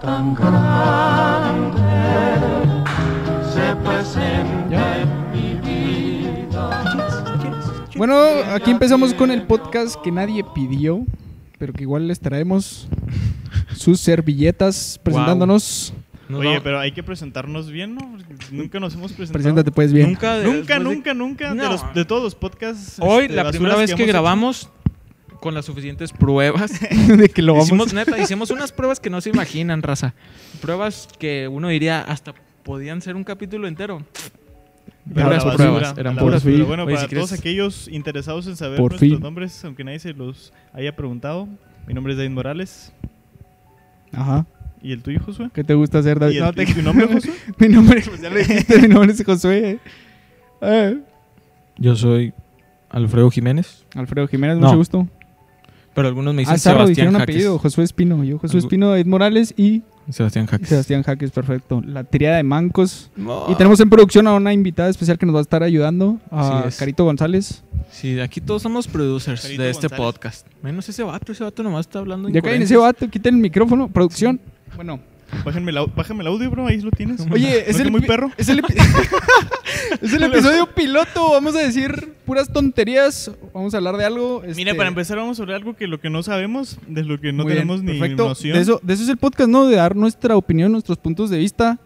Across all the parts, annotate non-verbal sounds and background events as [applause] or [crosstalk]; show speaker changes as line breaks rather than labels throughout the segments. tan grande se presente en mi vida.
Bueno, aquí empezamos con el podcast que nadie pidió, pero que igual les traemos sus servilletas presentándonos.
Nos
Oye,
vamos-
pero hay que presentarnos bien, ¿no? Porque Nunca nos hemos presentado.
Preséntate pues bien.
Nunca, de-
Nunca,
después de-
nunca, nunca. De,
No.
los- de todos los podcasts.
Hoy,
este,
la
basuras
primera vez que,
hemos hecho,
grabamos, con las suficientes [laughs] pruebas,
[laughs] de que lo vamos.
hicimos, neta, hicimos unas pruebas que no se imaginan, raza. Pruebas que uno diría hasta podían ser un capítulo entero.
pero
Puras
la
pruebas,
basura,
eran
la
puras
basura.
fin.
Bueno,
Oye,
para
si
todos
quieres-
aquellos interesados en saber
Por
nuestros
fin.
nombres, aunque nadie se los haya preguntado, mi nombre es David Morales.
Ajá.
¿Y el tuyo, Josué?
¿Qué te gusta hacer,
¿Y
David?
el,
No,
y
te- [laughs]
tu nombre, Josué?
mi nombre, pues ya lo dijiste, [laughs] mi nombre es Josué. Eh,
Yo soy Alfredo Jiménez,
Alfredo Jiménez,
No.
mucho gusto.
pero algunos me
Ah, Zarro, dijeron apellido, Josué Espino. Yo, Josué
Algu-
Espino, David Morales y
Sebastián Jaques. Ah.
Sebastián Jaques, perfecto. La triada de mancos. Y tenemos en producción a una invitada especial que nos va a estar ayudando, a
Así es.
Carito González.
Sí, aquí todos somos producers
Carito
de este
González.
podcast. Menos ese vato, ese vato nomás está hablando
Ya caen ese vato, quiten el micrófono, producción. Bueno,
Bájame, el au- bájame el audio, bro. Ahí lo tienes.
oye, es
¿No
el
que muy
pi-
perro.
Es el, epi- [laughs] es
[laughs]
el episodio piloto, vamos a decir puras tonterías, vamos a hablar de algo.
Mira,
este,
para empezar vamos a hablar algo que lo que no sabemos, de lo que no
muy bien,
tenemos ni
perfecto.
noción.
De eso, de eso es el podcast, ¿no? De dar nuestra opinión, nuestros puntos de vista,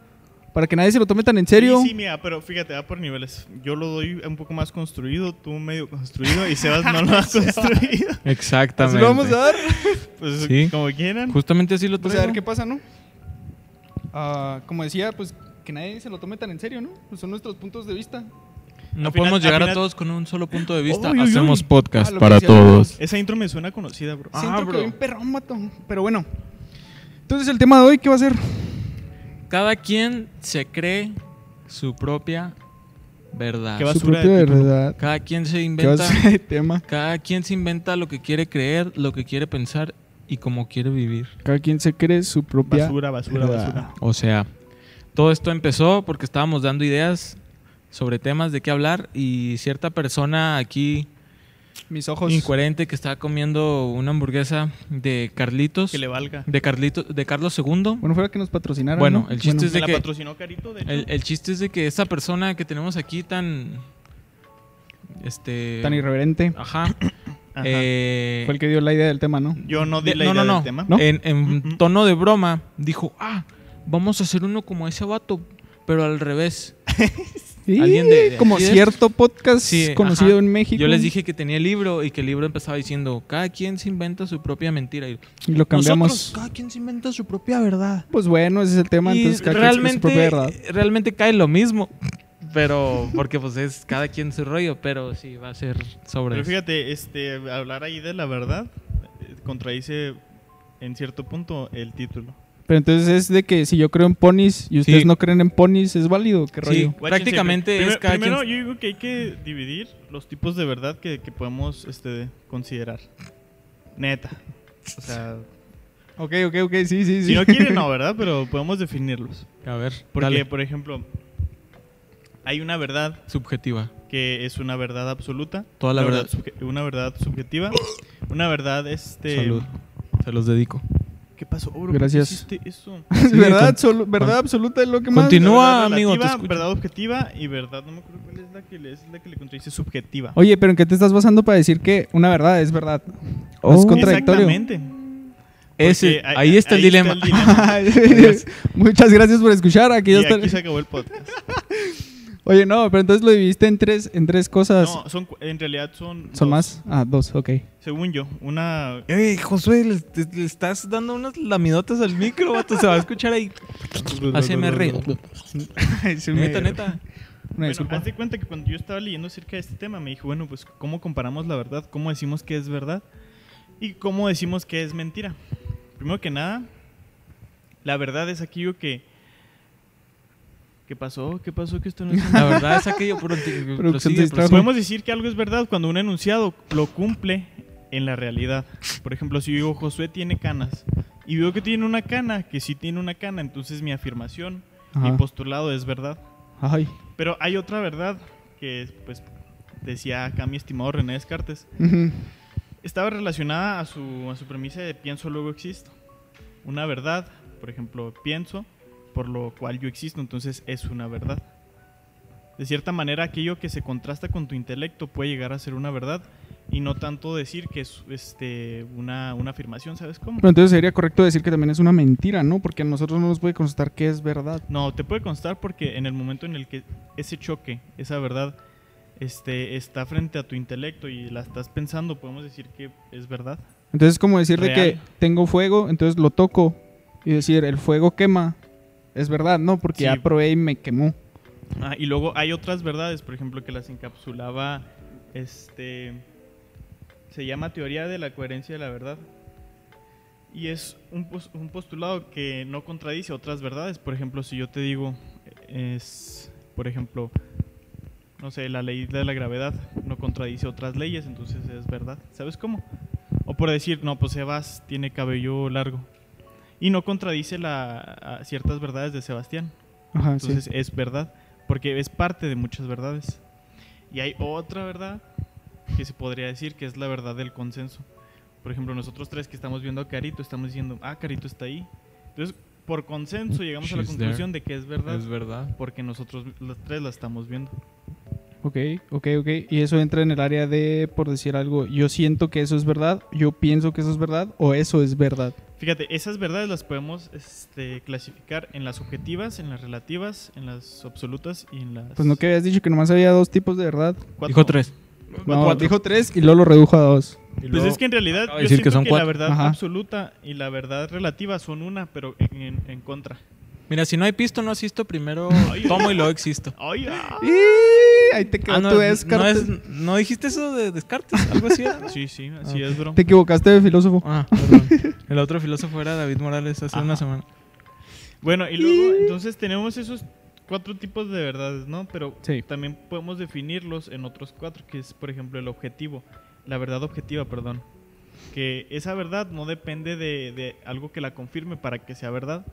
para que nadie se lo tome tan en serio.
Sí, sí, mira, pero fíjate, va por niveles. Yo lo doy un poco más construido, tú medio construido y Sebas
[laughs]
no lo ha construido.
Así
Exactamente.
lo vamos a dar.
Pues
Sí.
como quieran.
Justamente así lo
Pues a ver
traigo.
qué pasa, ¿no? Ah, como decía, pues que nadie se lo tome tan en serio, ¿no? Pues son nuestros puntos de vista.
No
Al final-
podemos
al
llegar
final-
a todos con un solo punto de vista.
Uy, uy, uy.
Hacemos podcast
Ah, lo que
para
decía,
todos.
Esa intro me suena conocida, bro.
Siento que
bro.
bien perrón, vato. Pero bueno. Entonces, el tema de hoy, ¿qué va a ser?
Cada quien se cree su propia verdad.
¿Qué vas- basura de título.
verdad.
Cada quien se
¿Qué
inventa.
basura de tema?
Cada quien se inventa lo que quiere creer, lo que quiere pensar y cómo quiere vivir.
Cada quien se cree su propia.
basura, basura,
verdad.
basura.
O sea, todo esto empezó porque estábamos dando ideas sobre temas de qué hablar y cierta persona aquí
Mis ojos.
incoherente que estaba comiendo una hamburguesa de Carlitos,
Que le valga.
de Carlitos, de Carlos II.
Bueno, fuera que nos patrocinaran.
Bueno,
¿no?
el chiste es
Me
de
la
que-
patrocinó Carito, de hecho.
El, el chiste es de que esta persona que tenemos aquí tan, este,
Tan irreverente.
ajá,
Ajá.
eh,
Fue el que dio la idea del tema, ¿no?
Yo no di
de-
la
no,
idea
no, no.
del tema.
¿No?
En, en
Mm-mm.
tono de broma, dijo, ah, vamos a hacer uno como ese vato, pero al revés. Alguien de-
como
de-
cierto podcast
Sí,
conocido
ajá.
en México.
Yo les dije que tenía el libro y que el libro empezaba diciendo, cada quien se inventa su propia mentira. Y
Y lo cambiamos.
nosotros, cada quien se inventa su propia verdad.
Pues bueno, ese es el tema.
Y
Entonces, cada quien se cree su propia verdad.
realmente, realmente cae lo mismo. Pero, porque pues es cada quien su rollo, pero sí, va a ser sobre
Pero
eso.
fíjate, este, hablar ahí de la verdad eh, contradice en cierto punto el título.
Pero entonces es de que si yo creo en ponis y ustedes
Sí.
no creen en ponis, ¿es válido? ¿Qué
Sí.
rollo?
Guachen
Prácticamente
siempre.
es cada
primero,
quien-
yo digo que hay que dividir los tipos de verdad que, que podemos este, considerar. Neta. O sea,
Ok, ok, ok, sí, sí, sí.
si no quieren, no, ¿verdad? Pero podemos definirlos.
A ver,
Porque,
dale.
por ejemplo, hay una verdad
subjetiva.
que es una verdad absoluta.
Toda la
una
verdad.
subje- una verdad subjetiva. Una verdad, este...
Salud. Se los dedico.
¿Qué pasó? Oh, bro, ¿por qué
Gracias.
hiciste eso?
[laughs]
Sí,
verdad,
con-
absolu- verdad absoluta es lo que más.
Continúa. No,
La verdad
amigo, te
relativa,
escucho.
verdad objetiva y verdad, no me acuerdo cuál es la que le, es la que le contradice subjetiva.
Oye, pero ¿en qué te estás basando para decir que una verdad es verdad? No es
Oh.
contradictorio. [laughs]
Exactamente.
Ese,
Porque
ahí está el dilema.
Muchas gracias por escuchar.
[laughs]
Aquí ya
[laughs] y
está-
aquí se acabó el podcast.
Oye, no, pero entonces lo dividiste en tres, en tres
Ah,
cosas.
No, son, cu- en realidad son.
¿Son
dos,
más? Ah, dos, ok.
Según yo,
[laughs]
una.
Ey, Josué, le, te- le estás dando unas lamidotas al micro, vato. Se va a escuchar [laughs] ahí. ASMR. Neta, neta.
Una
bueno,
disculpa.
haz de cuenta que cuando yo estaba leyendo acerca de este tema, me dijo, bueno, pues, ¿cómo comparamos la verdad? ¿Cómo decimos que es verdad? ¿Y cómo decimos que es mentira? Primero que nada, la verdad es aquello que. ¿Qué pasó? ¿Qué pasó? Que esto no es
La verdad es aquello por
se distrajo.
prosigue.
Podemos decir que algo es verdad cuando un enunciado lo cumple en la realidad. Por ejemplo, si yo digo Josué tiene canas y veo que tiene una cana, que sí tiene una cana, entonces mi afirmación, mi
Ajá.
postulado es verdad.
Ay.
Pero hay otra verdad que pues decía acá mi estimado René Descartes.
Ujú.
Estaba relacionada a su, a su premisa de pienso luego existo. Una verdad Por ejemplo, pienso, por lo cual yo existo, entonces es una verdad. De cierta manera, aquello que se contrasta con tu intelecto puede llegar a ser una verdad y no tanto decir que es este, una, una afirmación, ¿sabes cómo?
Pero entonces sería correcto decir que también es una mentira, ¿no? Porque a nosotros no nos puede constar que es verdad.
No, te puede constar porque en el momento en el que ese choque, esa verdad, este, está frente a tu intelecto y la estás pensando, podemos decir que es verdad.
Entonces es como decir de que
Real.
tengo fuego, entonces lo toco y decir el fuego quema. Es verdad, ¿no? Porque
Sí.
ya probé y me quemó.
Ah, y luego hay otras verdades, por ejemplo, que las encapsulaba, este, se llama teoría de la coherencia de la verdad. Y es un, pos- un postulado que no contradice otras verdades. Por ejemplo, si yo te digo, es, por ejemplo, no sé, la ley de la gravedad no contradice otras leyes, entonces es verdad. ¿Sabes cómo? O por decir, no, pues Sebas tiene cabello largo. Y no contradice la, a ciertas verdades de Sebastián.
Ajá, sí.
Entonces es verdad, porque es parte de muchas verdades. Y hay otra verdad que se podría decir que es la verdad del consenso. Por ejemplo, nosotros tres que estamos viendo a Carito, estamos diciendo, ah, Carito está ahí. Entonces, por consenso llegamos a la
She's
conclusión de que es verdad,
Es verdad.
porque nosotros los tres la estamos viendo.
Ok, ok, ok. Y eso entra en el área de, por decir algo, yo siento que eso es verdad, yo pienso que eso es verdad o eso es verdad.
Fíjate, esas verdades las podemos este, clasificar en las subjetivas, en las relativas, en las absolutas y en las...
Pues no que habías dicho que nomás había dos tipos de verdad.
cuatro.
Dijo tres.
No, dijo tres y luego lo redujo a dos.
Pues es que en realidad
acaba de
yo
decir que
siento
son
que, la
cuatro.
verdad
Ajá.
absoluta y la verdad relativa son una, pero en, en- en contra.
Mira, si no hay pisto, no asisto. [laughs] Primero
Ay,
tomo y luego existo.
¡Ay, ah!
Y ahí te quedó
Ah, no,
tu
no
Descartes.
es- no dijiste eso de Descartes, algo así [laughs] era, ¿no?
Sí, sí, así es, bro.
Te equivocaste de filósofo. [laughs]
Ah, perdón. El otro filósofo era David Morales hace
Ajá.
una semana.
Bueno, y luego entonces tenemos esos cuatro tipos de verdades, ¿no? Pero
Sí.
también podemos definirlos en otros cuatro, que es, por ejemplo, el objetivo, la verdad objetiva, perdón. Que esa verdad no depende de, de algo que la confirme para que sea verdad.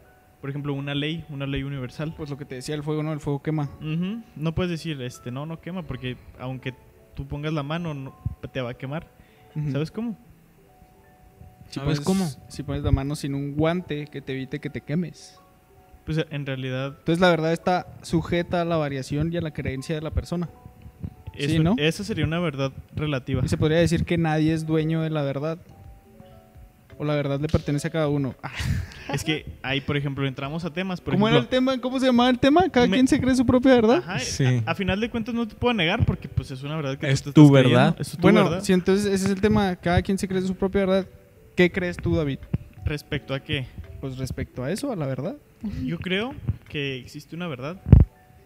Por ejemplo, una ley, una ley universal.
Pues lo que te decía el fuego, ¿no? El fuego quema.
Ujú, No puedes decir, este, no, no quema, porque aunque tú pongas la mano, no- te va a quemar.
Ujú.
¿Sabes cómo?
¿Sabes cómo?
Si pones la mano sin un guante que te evite que te quemes.
Pues en realidad,
Entonces la verdad está sujeta a la variación y a la creencia de la persona. Sí,
eso-
¿no?
esa sería una verdad relativa.
Y se podría decir que nadie es dueño de la verdad. O la verdad le pertenece a cada uno. Ah,
Es que ahí, por ejemplo, entramos a temas. Por
¿Cómo era el
ejemplo,
tema? ¿Cómo se llamaba el tema? Cada
Me-
quien se cree su propia verdad.
ajá,
Sí.
a, a final de cuentas no te puedo negar porque pues es una verdad que
Es
tú te
tu
estás
verdad.
creyendo, Es tu
bueno,
verdad.
si entonces ese es el tema, cada quien se cree su propia verdad. ¿Qué crees tú, David?
Respecto a que
Pues respecto a eso, a la verdad.
yo creo que existe una verdad.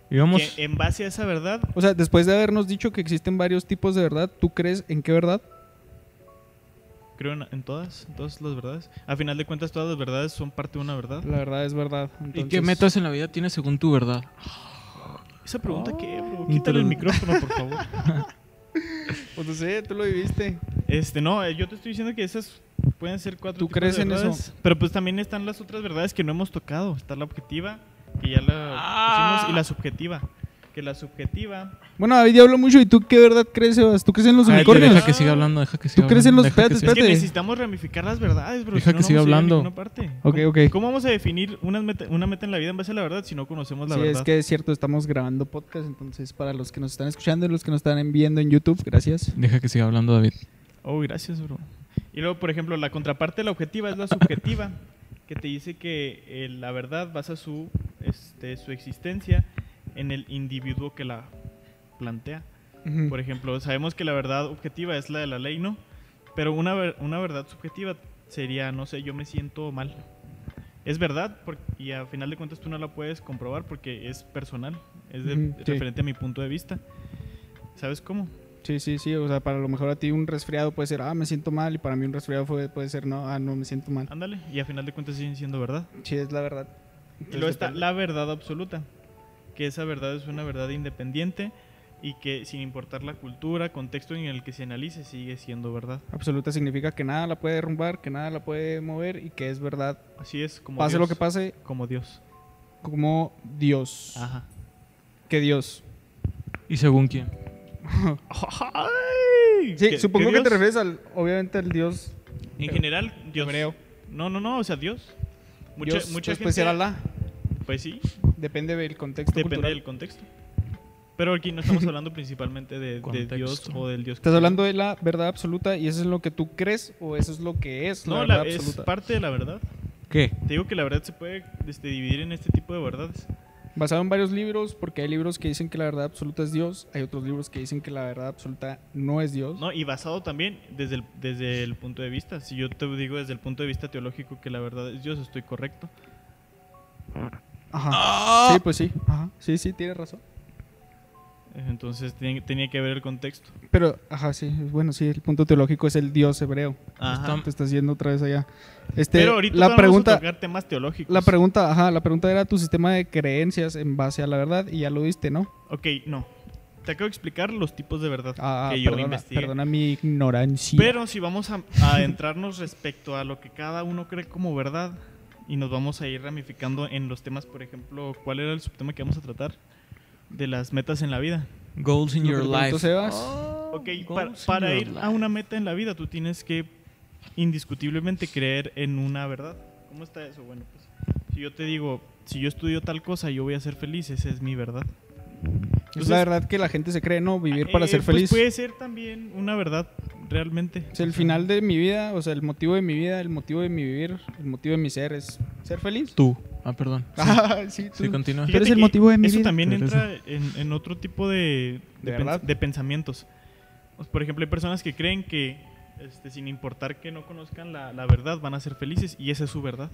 Y vamos.
Que en base a esa verdad,
O sea, después de habernos dicho que existen varios tipos de verdad, ¿tú crees en qué verdad?
creo en, en todas, en todas las verdades. A final de cuentas todas las verdades son parte de una verdad.
La verdad es verdad.
¿Y qué
entonces-
metas en la vida tienes según tu verdad?
Esa pregunta que, bro,
Oh.
quítale el
Introdu-
micrófono, por favor.
Pues no sé, tú lo viviste.
Este, no, eh, yo te estoy diciendo que esas pueden ser cuatro.
¿Tú
tipos
crees
de
en
verdades,
eso?
Pero pues también están las otras verdades que no hemos tocado. Está la objetiva, que ya la
Ah.
pusimos, y la subjetiva. Que la subjetiva.
Bueno, David ya habló mucho. ¿Y tú qué verdad crees, Sebas? ¿Tú crees en los
Ay,
unicornios?
Ah, Deja que siga hablando, deja que siga hablando.
crees en los-
deja que
espérate,
Es
siga-
que
Espérate.
necesitamos ramificar las verdades, bro.
Deja
si no,
que
no
siga
vamos a llegar a
hablando.
ninguna parte.
Ok,
¿Cómo-
ok.
¿Cómo vamos a definir una meta, una meta en la vida en base a la verdad si no conocemos la
sí,
verdad?
es que es cierto, estamos grabando podcast. Entonces, para los que nos están escuchando y los que nos están viendo en YouTube, gracias.
Deja que siga hablando David.
Oh, gracias, bro. Y luego, por ejemplo, la contraparte de la objetiva es la subjetiva, que te dice que eh, la verdad basa su, este, su existencia en el individuo que la plantea.
Ujú.
Por ejemplo, sabemos que la verdad objetiva es la de la ley, ¿no? Pero una, ver- una verdad subjetiva sería, no sé, yo me siento mal. Es verdad por- y a final de cuentas tú no la puedes comprobar porque es personal, es de-
Ujú, sí.
referente a mi punto de vista. ¿Sabes cómo?
Sí, sí, sí. O sea, para lo mejor a ti un resfriado puede ser, ah, me siento mal. Y para mí un resfriado fue- puede ser, no, ah, no, me siento mal.
Ándale, y a final de cuentas siguen siendo verdad.
Sí, es la verdad.
Y luego está la verdad absoluta, que esa verdad es una verdad independiente y que sin importar la cultura, contexto en el que se analice, sigue siendo verdad.
Absoluta significa que nada la puede derrumbar, que nada la puede mover y que es verdad.
Así es como
pase
Dios,
lo que pase,
Como Dios.
como Dios.
Ajá.
Que Dios.
¿Y según quién?
Sí,
¿Qué-
supongo
qué
que te
Dios?
refieres al, obviamente, al Dios
En general, Dios.
hebreo.
No, no, no, o sea, Dios. Mucha,
Dios,
mucha
después
gente-
era la.
Pues sí,
Depende del contexto
depende
cultural.
del contexto. Pero aquí no estamos hablando principalmente de, de Dios
Contexto.
o del Dios.
Estás hablando de la verdad absoluta y eso es lo que tú crees o eso es lo que es la
No,
verdad
la- es
absoluta.
parte de la verdad.
¿Qué?
Te digo que la verdad se puede este, dividir en este tipo de verdades.
Basado en varios libros, porque hay libros que dicen que la verdad absoluta es Dios, hay otros libros que dicen que la verdad absoluta no es Dios.
No, y basado también desde el, desde el punto de vista. Si yo te digo desde el punto de vista teológico que la verdad es Dios, estoy correcto.
Ajá.
Ah.
Sí, pues sí. Ajá. Sí, sí, tienes razón.
Entonces tiene- tenía que ver el contexto.
Pero, ajá, sí, bueno, sí, el punto teológico es el Dios hebreo.
Ajá.
Te estás yendo otra vez allá. Este,
Pero ahorita
la
vamos a
pregunta,
tocar temas teológicos.
la pregunta, ajá, la pregunta era tu sistema de creencias en base a la verdad y ya lo diste, ¿no?
ok, no. Te acabo de explicar los tipos de verdad
Ah,
que yo
perdona,
investigué.
perdona mi ignorancia.
Pero si vamos a a adentrarnos respecto a lo que cada uno cree como verdad y nos vamos a ir ramificando en los temas, por ejemplo, ¿cuál era el subtema que vamos a tratar? De las metas en la vida.
Goals in
Lo que
your
te preguntó
life. Oh.
Sebas.
Ok,
goals
para,
in
para
your
ir a
life.
una meta en la vida tú tienes que indiscutiblemente creer en una verdad. ¿Cómo está eso? Bueno, pues si yo te digo, si yo estudio tal cosa, yo voy a ser feliz, esa es mi verdad.
es
Entonces-
la verdad que la gente se cree, ¿no? Vivir para
Pues Eh,
ser
pues
feliz.
puede ser también una verdad, realmente.
O sea, el final de mi vida, o sea, el motivo de mi vida, el motivo de mi vivir, el motivo de mi ser es ser feliz.
Tú. Ah, perdón. Sí,
[laughs] Ah, sí, tú.
sí, continúa.
Pero es
Fíjate
el
que
motivo de mi
eso
vida.
también
Pero
entra en, en otro tipo de,
¿De
de, pens-
verdad?
de pensamientos. Pues, por ejemplo, hay personas que creen que este, sin importar que no conozcan la, la verdad, van a ser felices y esa es su verdad.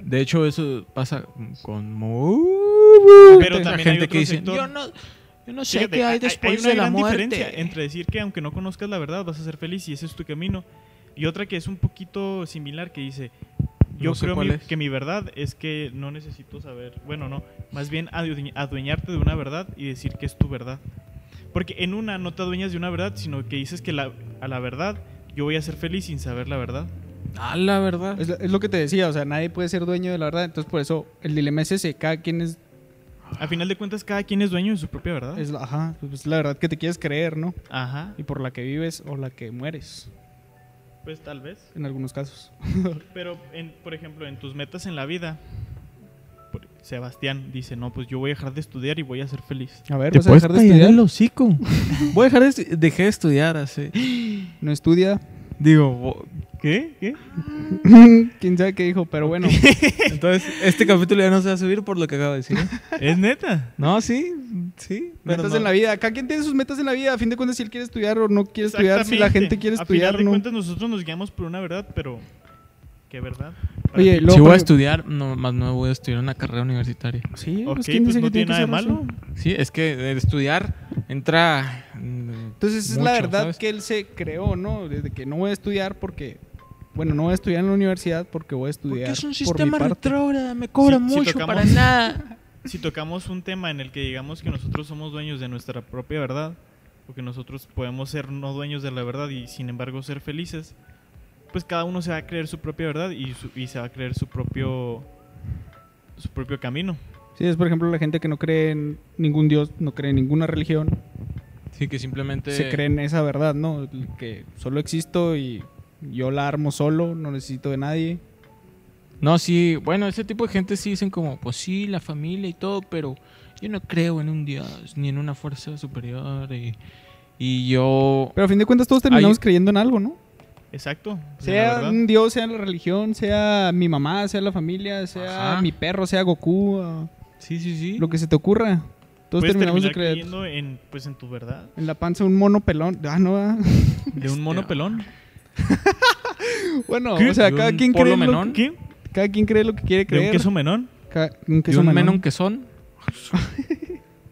De hecho, eso pasa con
Pero
mucha
también hay
gente que
otro
dice,
sector.
yo no, yo no sé
Fíjate,
qué hay después
una
de la
gran
muerte.
diferencia entre decir que aunque no conozcas la verdad, vas a ser feliz y ese es tu camino. Y otra que es un poquito similar, que dice, yo
No sé
creo
cuál
mi-
es.
que mi verdad es que no necesito saber, bueno, no, más bien adue- adueñarte de una verdad y decir que es tu verdad. Porque en una no te adueñas de una verdad, sino que dices que la, a la verdad yo voy a ser feliz sin saber la verdad.
Ah, la verdad.
Es, la- es lo que te decía, o sea, nadie puede ser dueño de la verdad, entonces por eso el dilema es ese, cada quien es,
A final de cuentas, cada quien es dueño de su propia verdad.
es la- ajá, pues, la verdad que te quieres creer, ¿no?
Ajá,
Y por la que vives o la que mueres,
pues tal vez.
en algunos casos.
Pero, en, por ejemplo, en tus metas en la vida, por- Sebastián dice, no, pues yo voy a dejar de estudiar y voy a ser feliz.
A ver, ¿vas a dejar de estudiar?
el hocico. Voy a dejar de estu- dejé de estudiar hace.
No estudia,
[laughs]
Digo, bo- ¿qué? ¿Qué?
quién sabe qué dijo, pero
[laughs]
bueno,
Entonces, este capítulo ya no se va a subir por lo que acabo de decir. ¿eh?
¿Es neta?
No, sí, sí. pero
metas
no.
en la vida, cada quien tiene sus metas en la vida, a fin de cuentas si él quiere estudiar o no quiere estudiar, si la
Exactamente.
gente quiere
A final
estudiar,
de
no.
cuentas, nosotros nos guiamos por una verdad, pero... ¿Qué verdad? Para
Oye,
ti.
luego,
si voy
por-
a estudiar, no, más no voy a estudiar una carrera universitaria.
Sí,
Ok,
pues, ¿quién
pues
dice
no
que
tiene nada de
que ser así?
malo.
Sí, es que el estudiar entra. mm,
Entonces es
mucho,
la verdad
¿sabes?
que él se creó, ¿no? Desde que no voy a estudiar porque, bueno, no voy a estudiar en la universidad porque voy a estudiar.
Porque es un
por mi
sistema
parte.
retrógrada, me cobra
Si- si
mucho
tocamos-
para nada.
[laughs] Si tocamos un tema en el que digamos que nosotros somos dueños de nuestra propia verdad, o que nosotros podemos ser no dueños de la verdad y sin embargo ser felices, pues cada uno se va a creer su propia verdad y, su- y se va a creer su propio, su propio camino.
Sí, es por ejemplo la gente que no cree en ningún dios, no cree en ninguna religión,
Sí, que simplemente.
se cree en esa verdad, ¿no? Que solo existo y yo la armo solo, no necesito de nadie.
No, sí, bueno, ese tipo de gente sí dicen como, pues sí, la familia y todo, pero yo no creo en un Dios ni en una fuerza superior y, y yo...
Pero a fin de cuentas todos terminamos
Ahí-
creyendo en algo, ¿no?
Exacto. pues, la
Sea
verdad.
un dios, sea la religión, sea mi mamá, sea la familia, sea
Ajá.
mi perro, sea Goku, ah,
Sí, sí, sí.
lo que se te ocurra. Todos
Puedes
terminamos de
terminar
creer.
creyendo en, pues, en tu verdad.
[laughs] En la panza un mono pelón. Ah, no. ah.
De un mono
Este,
pelón.
Bueno, [laughs]
¿Qué?
o sea,
¿De
cada
un
quien,
polo
cree lo,
menón?
¿Qué?
cada quien cree lo que quiere
De
creer.
un queso menón.
Ca- un
Y
queso
un
menón.
menon que son.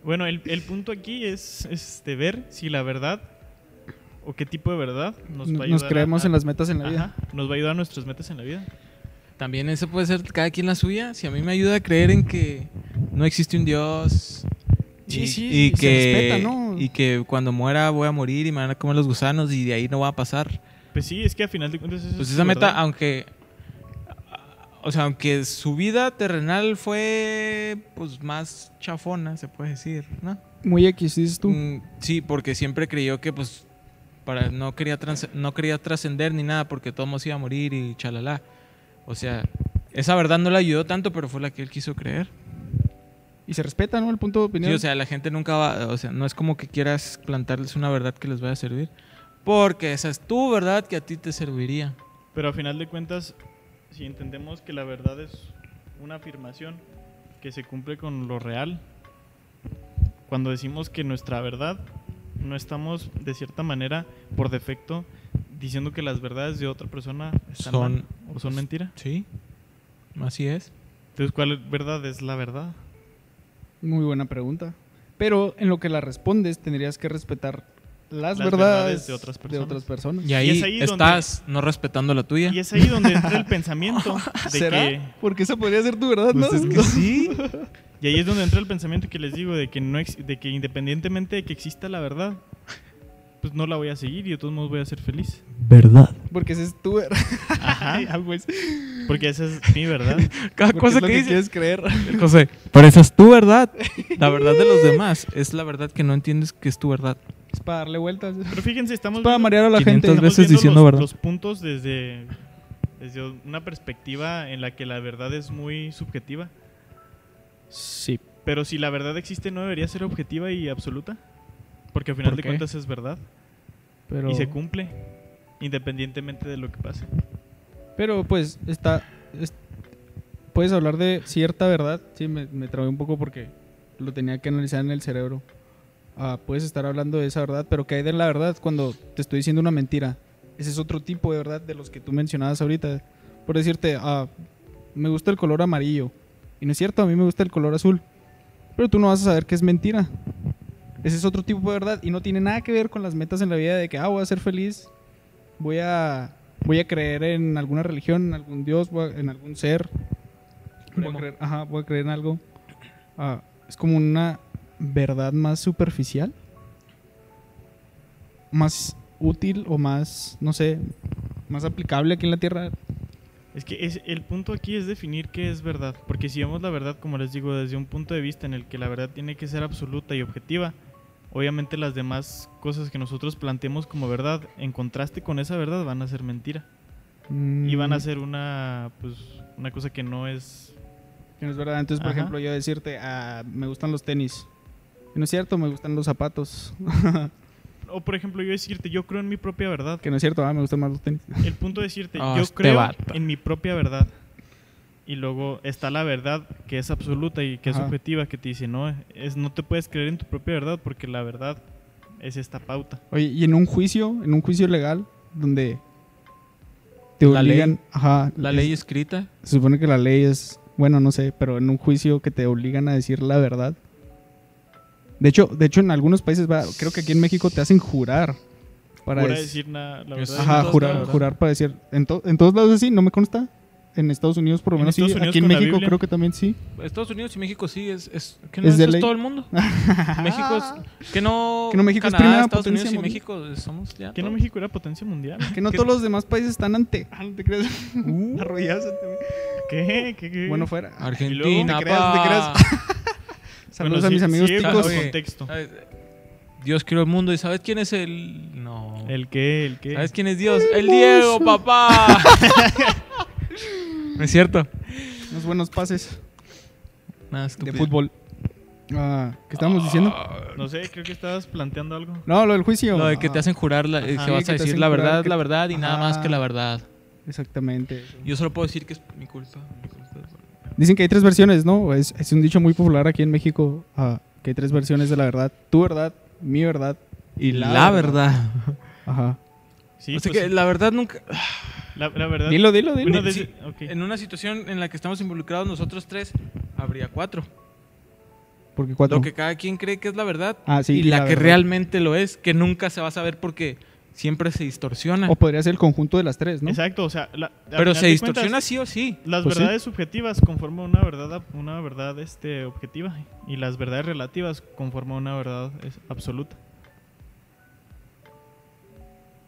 Bueno, el, el punto aquí es este, ver si la verdad o qué tipo de verdad
Nos,
nos va a ayudar.
nos
a-
creemos
a-
en las metas en la
Ajá,
vida.
nos va a ayudar a nuestras metas en la vida.
También eso puede ser cada quien la suya. Si a mí me ayuda a creer en que no existe un Dios.
Sí,
y,
sí,
y
y se
que,
respeta, ¿no?
Y que cuando muera voy a morir y me van a comer los gusanos y de ahí no va a pasar.
Pues sí, es que a final de cuentas eso
Pues
es
esa
tu
meta,
verdad.
aunque. O sea, aunque su vida terrenal fue pues más chafona, se puede decir, ¿no?
Muy X, dices tú.
Mm, sí, porque siempre creyó que pues para no quería trans- no quería trascender ni nada porque todo mundo se iba a morir y chalala. O sea, Esa verdad no le ayudó tanto, pero fue la que él quiso creer.
Y se respeta, ¿no? El punto de opinión.
Sí, o sea, la gente nunca va, o sea, no es como que quieras plantarles una verdad que les vaya a servir, porque esa es tu verdad que a ti te serviría.
Pero a final de cuentas, si entendemos que la verdad es una afirmación que se cumple con lo real, cuando decimos que nuestra verdad, no estamos de cierta manera, por defecto, diciendo que las verdades de otra persona están
Son-
mal o
pues
son mentira.
Sí, así es.
Entonces, ¿cuál verdad es la verdad?
Muy buena pregunta. Pero en lo que la respondes, tendrías que respetar las, verdades,
Las verdades de otras personas.
personas.
Y ahí,
es ahí donde-
estás no respetando la tuya.
Y es ahí donde
[laughs]
entra el pensamiento de
¿Será?
que
Porque esa podría ser tu verdad, ¿no?
Pues es que sí.
Y ahí es donde entra el pensamiento que les digo de que no ex- de que independientemente de que exista la verdad, pues no la voy a seguir y de todos modos voy a ser feliz.
Verdad.
[laughs] Porque esa es tu verdad.
Ajá, [laughs]
Ah, pues,
porque esa es mi verdad.
Cada
porque
cosa
es lo
que
que quieres
dices,
creer. [laughs]
el José, pero esa es tu verdad. La verdad de los demás es la verdad que no entiendes que es tu verdad.
Es para darle vueltas. Es
Pero fíjense, estamos
para marear a la
500
gente.
estamos
veces
viendo
diciendo
los,
verdad.
los puntos desde desde una perspectiva en la que la verdad es muy subjetiva,
Sí.
pero si la verdad existe no debería ser objetiva y absoluta, porque al final
¿Por
de
qué?
cuentas es verdad
Pero,
y se cumple independientemente de lo que pase.
pero pues, está. es- puedes hablar de cierta verdad. Sí, me, me trabé un poco porque lo tenía que analizar en el cerebro. Ah, puedes estar hablando de esa verdad, pero ¿qué hay de la verdad cuando te estoy diciendo una mentira? Ese es otro tipo de verdad de los que tú mencionabas ahorita. Por decirte, ah, me gusta el color amarillo. Y no es cierto, a mí me gusta el color azul. Pero tú no vas a saber que es mentira. Ese es otro tipo de verdad y no tiene nada que ver con las metas en la vida de que, ah, voy a ser feliz, voy a, voy a creer en alguna religión, en algún dios, voy a- en algún ser. Voy a
Supremo.
creer, ajá, voy a creer en algo. Ah, es como una verdad más superficial, más útil o más, no sé, más aplicable aquí en la Tierra.
Es que es, el punto aquí es definir qué es verdad, porque si vemos la verdad, como les digo, desde un punto de vista en el que la verdad tiene que ser absoluta y objetiva, obviamente las demás cosas que nosotros planteemos como verdad, en contraste con esa verdad, van a ser mentira. Y van a
Mm,
ser una, pues, una cosa que no es...
que no es verdad. Entonces, por
Ajá.
ejemplo, yo decirte, ah, me gustan los tenis. Y no es cierto, me gustan los zapatos. [laughs]
O por ejemplo, yo decirte, yo creo en mi propia verdad.
Que no es cierto, ah, me gustan más los tenis.
El punto es decirte,
Ah,
yo
este
creo
vato.
en mi propia verdad. Y luego está la verdad que es absoluta y que es
Ajá.
objetiva, que te dice, no, es, no te puedes creer en tu propia verdad porque la verdad es esta pauta.
Oye, y en un juicio, en un juicio legal, donde te
La
obligan.
ley.
Ajá,
La
es-
ley escrita.
Se supone que la ley es. Bueno, no sé, pero en un juicio que te obligan a decir la verdad. De hecho, de hecho en algunos países, va, creo que aquí en México te hacen jurar. Para
Jura
dec-
decir na- la
Pues, Es-
verdad.
Ajá,
En todos
jurar,
lados.
jurar para decir. En, to- en todos lados sí, no me consta. En Estados Unidos por lo
En
menos sí.
Estados Unidos
Aquí en
con la
México
Biblia.
creo que también sí.
Estados Unidos y México sí es, es que no
Es
es,
de
es
ley.
todo
[laughs]
el mundo. México es, que no
Que no México es
Canadá,
primera
Estados
potencia
Unidos y
mundial.
México somos ya.
¿Que no
todo.
México era
[laughs]
potencia mundial?
Que no
¿Qué-
todos los demás países están ante. Ah, no te creas.
[laughs]
Arrodillázate, güey.
¿Qué? ¿Qué? ¿Qué?
Bueno, fuera.
Argentina,
Te creas, te
pa.
Saludos
Bueno,
a
sí-
mis amigos
sí,
ticos.
claro. contexto.
¿sabes? Dios creó el mundo y ¿sabes quién es el no?
¿El qué? ¿El qué?
¿Sabes quién es Dios? El Diego, papá. no es cierto.
Unos buenos pases
Nada
de
estúpido.
fútbol. Ah, ¿Qué estábamos diciendo?
No sé, creo que estabas planteando algo.
No, lo del juicio.
Lo de que te
Ah,
hacen jurar, la- eh,
Ajá.
que
Sí, que
vas
te
a decir
hacen
la
jurar
verdad,
que-
la verdad y nada más que la
Ajá.
verdad.
Exactamente.
Yo solo puedo decir que es mi culpa. mi culpa.
Dicen que hay tres versiones, ¿no? Es, es un dicho muy popular aquí en México ah, que hay tres versiones de la verdad. Tu verdad, mi verdad y la, Ajá.
Sí,
o sea
pues,
que la verdad nunca.
la, la verdad...
Dilo, dilo, dilo.
Bueno,
Dilo,
desde-
sí.
ok.
En una situación en la que estamos involucrados nosotros tres, habría cuatro.
Porque cuatro.
Lo que cada quien cree que es la verdad
Ah, sí,
y la,
la
que
verdad.
realmente lo es, que nunca se va a saber porque siempre se distorsiona.
O podría ser el conjunto de las tres, ¿no?
Exacto, o sea... la- al
Pero
final
se
de
distorsiona
cuentas,
sí o sí.
Las
Pues sí.
verdades subjetivas conforman una verdad, ab- una verdad este, objetiva y las verdades relativas conforman una verdad es- absoluta.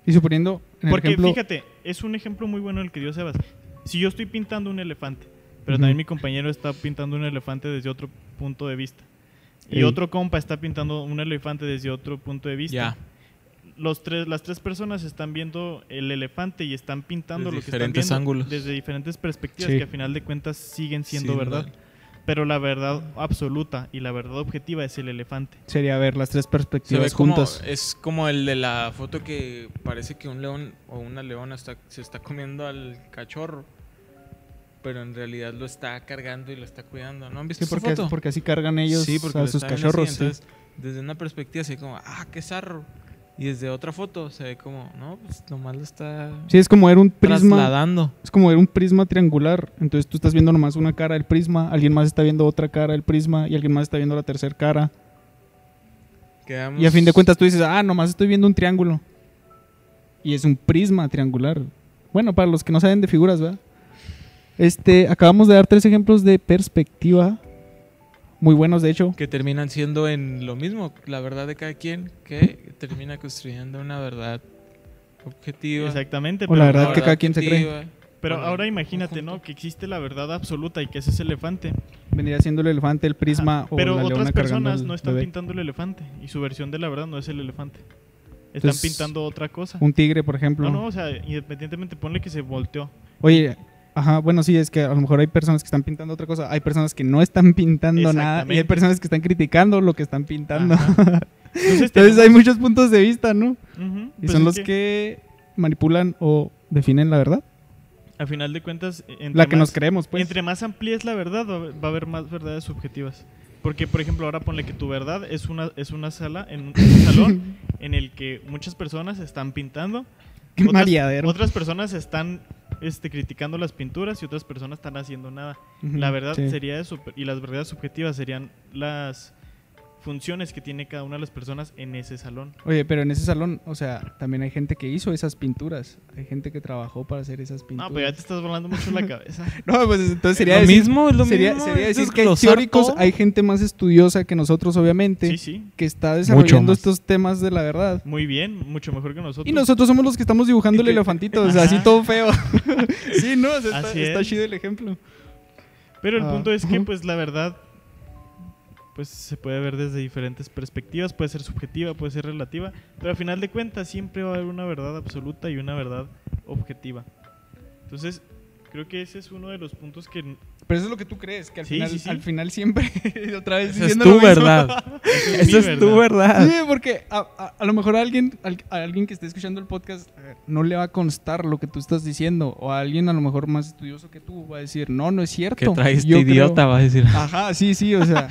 Y suponiendo, en
Porque
ejemplo,
fíjate, es un ejemplo muy bueno el que dio Sebas. Si yo estoy pintando un elefante, pero
Ujú.
también mi compañero está pintando un elefante desde otro punto de vista. Y
Ey.
otro compa está pintando un elefante desde otro punto de vista.
Ya.
los tres, las tres personas están viendo el elefante y están pintando
Desde
lo que están
diferentes
viendo
ángulos.
desde diferentes perspectivas
Sí.
que a final de cuentas siguen siendo
Sí,
verdad.
dale.
Pero la verdad absoluta y la verdad objetiva es el elefante.
Sería ver las tres
Se ve
perspectivas
como-
juntas.
es como el de la foto que parece que un león o una leona está, se está comiendo al cachorro, pero en realidad lo está cargando y lo está cuidando. ¿No han visto
Sí,
esa
porque,
foto?
porque así cargan ellos
sí, porque
a
lo
sus
están así,
cachorros. sí.
entonces, Desde una perspectiva se ve como, ah, qué zarro. Y desde otra foto se ve como, no, pues nomás lo está
Sí, es como ver un prisma.
trasladando.
Es como ver un prisma triangular. Entonces tú estás viendo nomás una cara del prisma, alguien más está viendo otra cara del prisma y alguien más está viendo la tercera cara.
Quedamos-
Y a fin de cuentas tú dices, ah, nomás estoy viendo un triángulo. Y es un prisma triangular. Bueno, para los que no saben de figuras, ¿verdad? Este, acabamos de dar tres ejemplos de perspectiva. Muy buenos, de hecho.
que terminan siendo en lo mismo, la verdad de cada quien, que termina construyendo una verdad objetiva.
Exactamente.
O la
pero-
verdad que cada quien se cree.
objetiva.
Pero
Bueno,
ahora
en
imagínate,
conjunto.
¿no? Que existe la verdad absoluta y que ese es el elefante.
Vendría siendo el elefante, el prisma
Ajá.
o
Pero
la
otras
leona cargando
personas
al
no están
bebé.
pintando el elefante y su versión de la verdad no es el elefante. Están
Entonces,
pintando otra cosa.
Un tigre, por ejemplo.
No, no, o sea, independientemente, ponle que
[laughs]
se volteó.
Oye, ajá, bueno, sí, es que a lo mejor hay personas que están pintando otra cosa, hay personas que no están pintando nada y hay
Exactamente.
personas que están criticando lo que están pintando. [laughs]
Ajá. Entonces,
Entonces hay
tenemos-
muchos puntos de vista, ¿no?
Ujú,
Y
pues
son
es
los que... manipulan o definen la verdad,
A final de cuentas, e, entre
la que
más-
nos creemos, pues.
Entre más amplía es la verdad, va a haber- va a haber más verdades subjetivas. Porque, por ejemplo, ahora ponle que tu verdad es una, es una sala, en un,
[laughs]
un salón, en el que muchas personas están pintando.
Qué
otras,
mareadero.
otras personas están este, criticando las pinturas y otras personas están haciendo nada.
Ujú,
La verdad
sí.
sería eso, pe- y las verdades subjetivas serían las funciones que tiene cada una de las personas en ese salón.
Oye, pero en ese salón, o sea, también hay gente que hizo esas pinturas, hay gente que trabajó para hacer esas pinturas.
No, pero ya te estás volando mucho
[laughs]
la cabeza.
No, pues entonces sería
lo
decir-
mismo, es lo
sería,
mismo,
sería
es
decir que hay
desglosar
teóricos,
todo.
hay gente más estudiosa que nosotros, obviamente,
Sí, sí.
que está desarrollando
más.
estos temas de la verdad.
Muy bien, mucho mejor que nosotros.
Y nosotros somos los que estamos dibujando el
Y que-
elefantito, o sea,
Ajá.
así todo feo.
[laughs]
sí, no, O sea, está,
Así
está
es.
chido el ejemplo.
Pero el
Ah.
punto es que,
Ujú.
pues, la verdad, pues, se puede ver desde diferentes perspectivas, puede ser subjetiva, puede ser relativa, pero al final de cuentas siempre va a haber una verdad absoluta y una verdad objetiva. Entonces, creo que ese es uno de los puntos
[laughs]
que... n-
Pero eso es lo que tú crees, que al,
Sí,
final,
sí, sí.
al final siempre, [laughs] otra vez
Esa es
diciendo
tu
lo mismo.
[laughs] verdad.
mi
Esa es tu verdad.
[laughs] Sí, porque a, a- a lo mejor a alguien, al- a alguien que esté escuchando el podcast eh, no le va a constar lo que tú estás diciendo, o a alguien a lo mejor más estudioso que tú va a decir, no, no es cierto.
Que trae este
Yo creo-
idiota, vas a decir.
Ajá, sí, sí, o sea,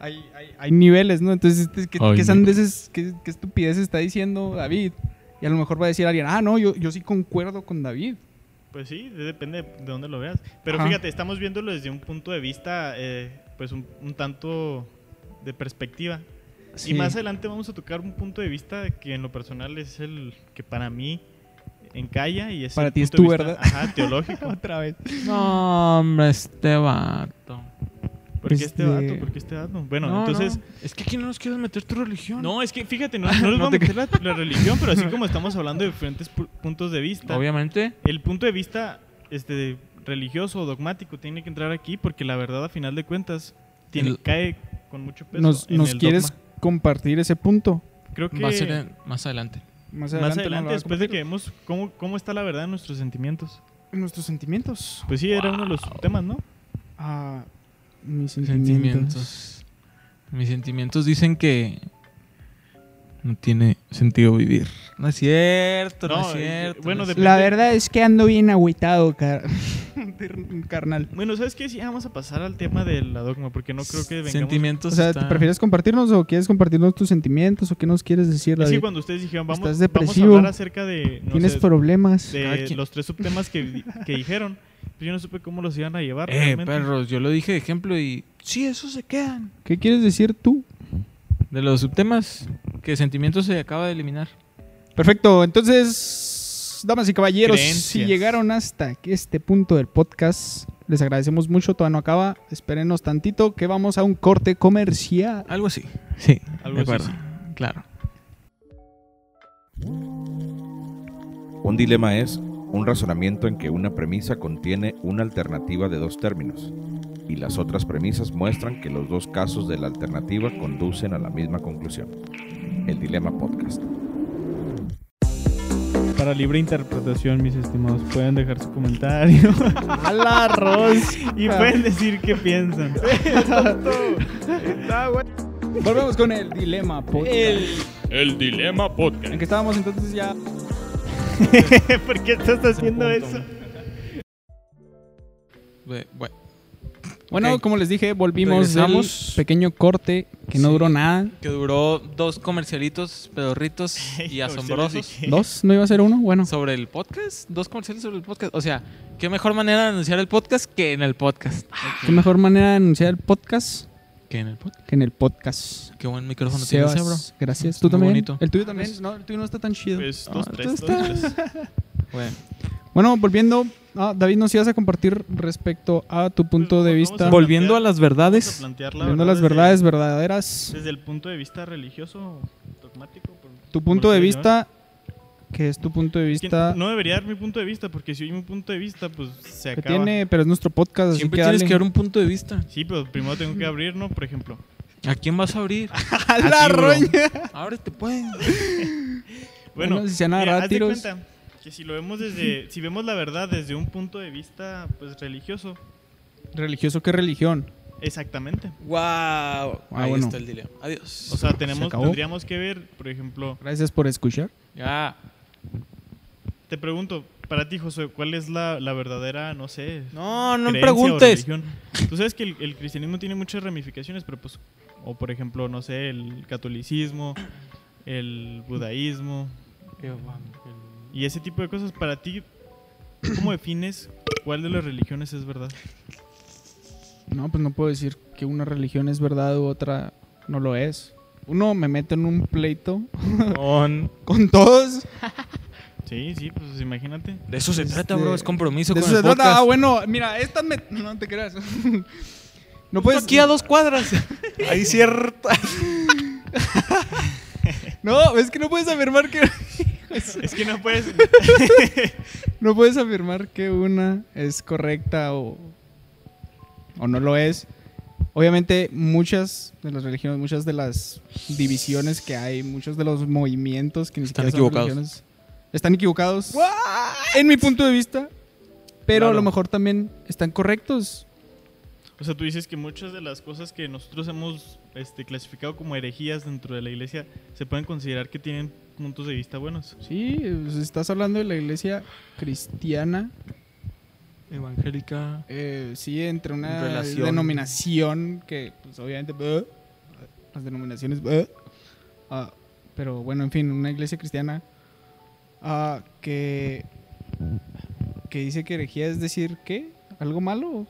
hay, hay, hay niveles, ¿no? Entonces, este, ¿qué,
Ay,
qué
no.
sandeces, qué, qué estupidez está diciendo David? Y a lo mejor va a decir alguien, ah, no, yo, yo sí concuerdo con David.
Pues sí, de- depende de dónde lo veas. Pero
Ajá.
fíjate, estamos viéndolo desde un punto de vista, eh, pues, un, un tanto de perspectiva. Y más adelante vamos a tocar un punto de vista que en lo personal es el que para mí encalla y es
Para
el
ti es
punto de
tu
vista,
verdad.
Ajá,
[laughs]
teológico.
Otra vez.
No, hombre, este vato.
¿Por qué
Este-
este dato? ¿Por qué este dato? Bueno,
No,
entonces.
no. Es que aquí no nos quieres meter tu religión.
No. es que
[laughs]
fíjate, no, no les voy a meter la, la religión, pero así como estamos hablando de diferentes pu- puntos de vista,
Obviamente.
el punto de vista este, religioso o dogmático tiene que entrar aquí porque la verdad, a final de cuentas, tiene,
El-
cae con mucho peso.
¿Nos,
en
nos
el
quieres
dogma.
compartir ese punto?
Creo que
Va a ser en- más adelante.
Más
más
eh, adelante, nos lo
adelante,
va a
después de que
compartir.
vemos cómo, cómo está la verdad en nuestros sentimientos.
Nuestros sentimientos.
Pues sí, era uno de los temas, ¿no?
Ah, mis sentimientos.
Sentimientos. Mis sentimientos dicen que no tiene sentido vivir. No es cierto, no,
No,
es cierto.
eh, bueno,
no es-
de- La verdad
es que ando bien agüitado, [laughs] carnal.
Bueno, ¿sabes qué? Sí, vamos a pasar al tema de la dogma porque no creo que vengamos.
O
sentimientos.
sea,
está-
¿te ¿prefieres compartirnos o quieres compartirnos tus sentimientos o qué nos quieres decir?
Es que
David?
cuando ustedes dijeron, vamos,
Estás
vamos a
depresivo.
hablar acerca de. no
Tienes
sé,
problemas.
Cada
de
quien.
los tres subtemas que,
[laughs]
di- que dijeron. pues Yo no supe cómo los iban a llevar.
Eh,
Ah, realmente.
perros, yo lo dije de ejemplo y sí, esos se quedan.
¿Qué quieres decir tú?
De los subtemas, que sentimientos se acaba de eliminar.
Perfecto, entonces, damas y caballeros, si
Creencias.
llegaron hasta aquí este punto del podcast, les agradecemos mucho, todavía no acaba, espérenos tantito que vamos a un corte
[laughs]
comercial.
Algo así. Sí,
Algo
de
así,
acuerdo.
sí.
Claro.
Un dilema es un razonamiento en que una premisa contiene una alternativa de dos términos y las otras premisas muestran que los dos casos de la alternativa conducen a la misma conclusión. El dilema podcast.
Para libre interpretación, mis estimados, pueden dejar su comentario [laughs]
A la rosca.
y
Ah.
pueden decir
[laughs]
qué piensan.
Volvemos con el dilema podcast. El,
El Dilema Podcast.
en que estábamos entonces ya. Eh,
[laughs] ¿Por qué estás haciendo eso?
Bue- bue-
Bueno,
Ok.
como les dije, volvimos del
Regresamos.
pequeño corte que no
Sí.
duró nada.
Que duró dos comercialitos pedorritos y asombrosos.
¿Dos? ¿No iba a ser uno? Bueno.
Sobre el podcast, dos comerciales sobre el podcast. O sea, qué mejor manera de anunciar el podcast que en el podcast. Ah,
¿Qué mejor manera de anunciar el podcast
Que en el podcast.
que en el podcast?
Qué buen micrófono
Sebas,
tienes, eh, bro.
Gracias.
Es
¿Tú
muy
también?
bonito.
El tuyo también. No, el tuyo no está tan chido.
Pues dos,
Ah,
tres,
está-
dos,
[laughs]
tres.
Bueno,
Bueno, volviendo. ah, David, nos ibas a compartir respecto a tu punto de
Pues,
vista.
vamos
volviendo a las
Vamos a
verdades.
plantear la
Viendo
verdad
las
desde-
verdades verdaderas.
Desde el punto de vista religioso, dogmático. por-
Tu punto
por
de
sí, ¿no?
vista, que es tu punto de
¿Quién-
vista
No debería dar mi punto de vista, porque si oí mi punto de vista, pues se
que
acaba.
tiene, pero es nuestro podcast, así
Siempre
que
tienes
dale.
que dar un punto de vista.
Sí, pero primero tengo que abrir, ¿no? Por ejemplo.
¿A quién vas a abrir?
¡A la roña!
Ahora te pueden.
Bueno,
Bueno, si se han
mira,
agarrado
haz de
tiros.
cuenta que si lo vemos desde, si vemos la verdad desde un punto de vista, pues religioso,
¿Religioso qué religión?
exactamente.
¡Wow! Ahí
Ah, bueno.
está el dilema. Adiós.
O sea, tenemos,
acabó?
tendríamos que ver, por ejemplo,
Gracias por escuchar.
ya.
te pregunto, para ti, José, ¿cuál es la, la verdadera, no sé,
No, no me
creencia o
preguntes.
religión? Tú sabes que el, el cristianismo tiene muchas ramificaciones, pero pues, o por ejemplo, no sé, el catolicismo, el budaísmo y ese tipo de cosas. Para ti, ¿cómo defines cuál de las religiones es verdad?
No, pues no puedo decir que una religión es verdad u otra no lo es. Uno me meto en un pleito [laughs] con todos.
Sí, sí, pues imagínate.
De eso se
Este,
trata, bro. Es compromiso
De
con
eso se
el
trata.
podcast.
Ah, bueno, mira, estas me... No te creas. [laughs] No
Pues
puedes...
aquí a
[laughs]
dos cuadras. Ahí cierta.
No, es que no puedes afirmar que...
Es que no puedes.
No puedes afirmar que una es correcta o, o no lo es. Obviamente muchas de las religiones, muchas de las divisiones que hay, muchos de los movimientos que ni
Están
siquiera son
equivocados.
religiones, están equivocados. En mi punto de vista. Pero a
Claro.
lo mejor también están correctos.
O sea, tú dices que muchas de las cosas que nosotros hemos este, clasificado como herejías dentro de la iglesia se pueden considerar que tienen puntos de vista buenos.
Sí, pues, estás hablando de la iglesia cristiana.
Evangélica.
eh, sí, entre una
Relación.
denominación que, pues obviamente, bleh, las denominaciones, bleh. Ah, pero bueno, en fin, una iglesia cristiana ah, que, que dice que herejía es decir, ¿qué? ¿Algo malo?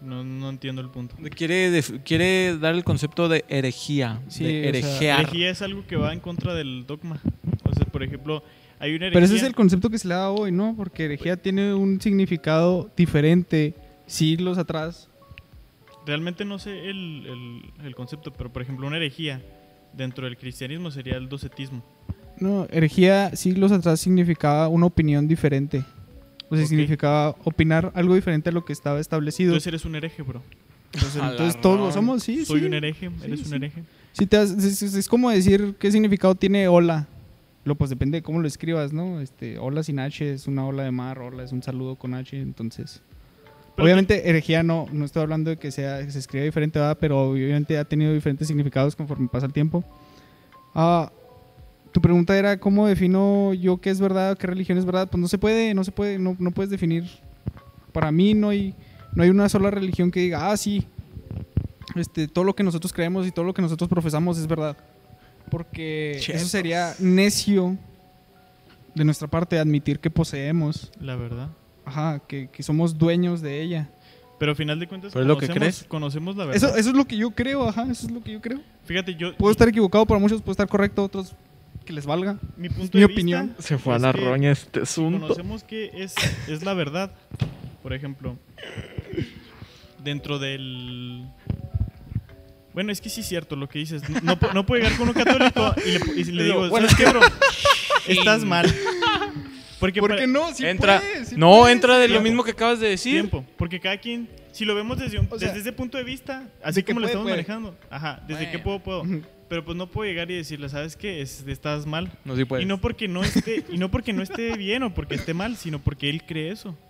No, no entiendo el punto.
Quiere, def- quiere dar el concepto de herejía.
Sí, o
de
sea,
herejear.
Herejía es algo que va en contra del dogma. O sea, por ejemplo, hay una herejía.
Pero ese es el concepto que se le da hoy, ¿no? Porque herejía tiene un significado diferente siglos atrás.
Realmente no sé el, el- el concepto, pero por ejemplo, una herejía dentro del cristianismo sería el docetismo.
No, herejía siglos atrás significaba una opinión diferente. O sea,
Ok.
significaba opinar algo diferente a lo que estaba establecido.
Entonces eres un hereje, bro.
Entonces,
A la
entonces todos lo
ron.
somos, sí.
Soy
sí.
un hereje, eres
Sí,
un
sí.
hereje.
Sí te has- es, es- es como decir qué significado tiene ola. Lo, pues depende de cómo lo escribas, ¿no? Este, ola sin H es una ola de mar, ola es un saludo con H, entonces.
Pero
obviamente, herejía no, no estoy hablando de que, sea, que se escriba diferente, ¿verdad? pero obviamente ha tenido diferentes significados conforme pasa el tiempo. Ah, tu pregunta era cómo defino yo qué es verdad o qué religión es verdad. Pues no se puede, no se puede, no, no puedes definir. Para mí no hay, no hay una sola religión que diga, ah, sí, este, todo lo que nosotros creemos y todo lo que nosotros profesamos es verdad. Porque eso
Chetos.
sería necio de nuestra parte admitir que poseemos,
La verdad.
ajá, que, que somos dueños de ella.
Pero al final de cuentas,
Pero es lo que
conocemos-
crees.
conocemos la verdad.
Eso, eso es lo que yo creo, ajá, eso es lo que yo creo.
Fíjate, yo.
Puedo estar equivocado para muchos, puedo estar correcto, otros que les valga.
Mi punto
mi
de
opinión.
vista
Se fue a
es
la
que
roña este asunto.
Conocemos que es, es la verdad. Por ejemplo, dentro del. Bueno, es que sí es cierto lo que dices. No, no, pu- no puedo llegar con un católico y le, y le digo,
Bueno,
¿sabes
[laughs]
qué, bro? Estás mal. Porque
¿Por
para-
qué no? Sí
entra.
puedes, sí
no,
puedes.
entra de lo
Tiempo.
mismo que acabas de decir.
Tiempo. Porque cada quien, si lo vemos desde, un-
O sea,
desde ese punto de vista, así
de que
como lo
puede,
estamos
puede.
manejando. Ajá, desde que
Bueno.
puedo, puedo.
Ujú.
Pero pues no puedo llegar y decirle, ¿sabes qué? Es- estás mal.
No, sí puedes.
Y no porque no esté, y no porque no esté bien o porque esté mal, sino porque él cree eso.
[laughs]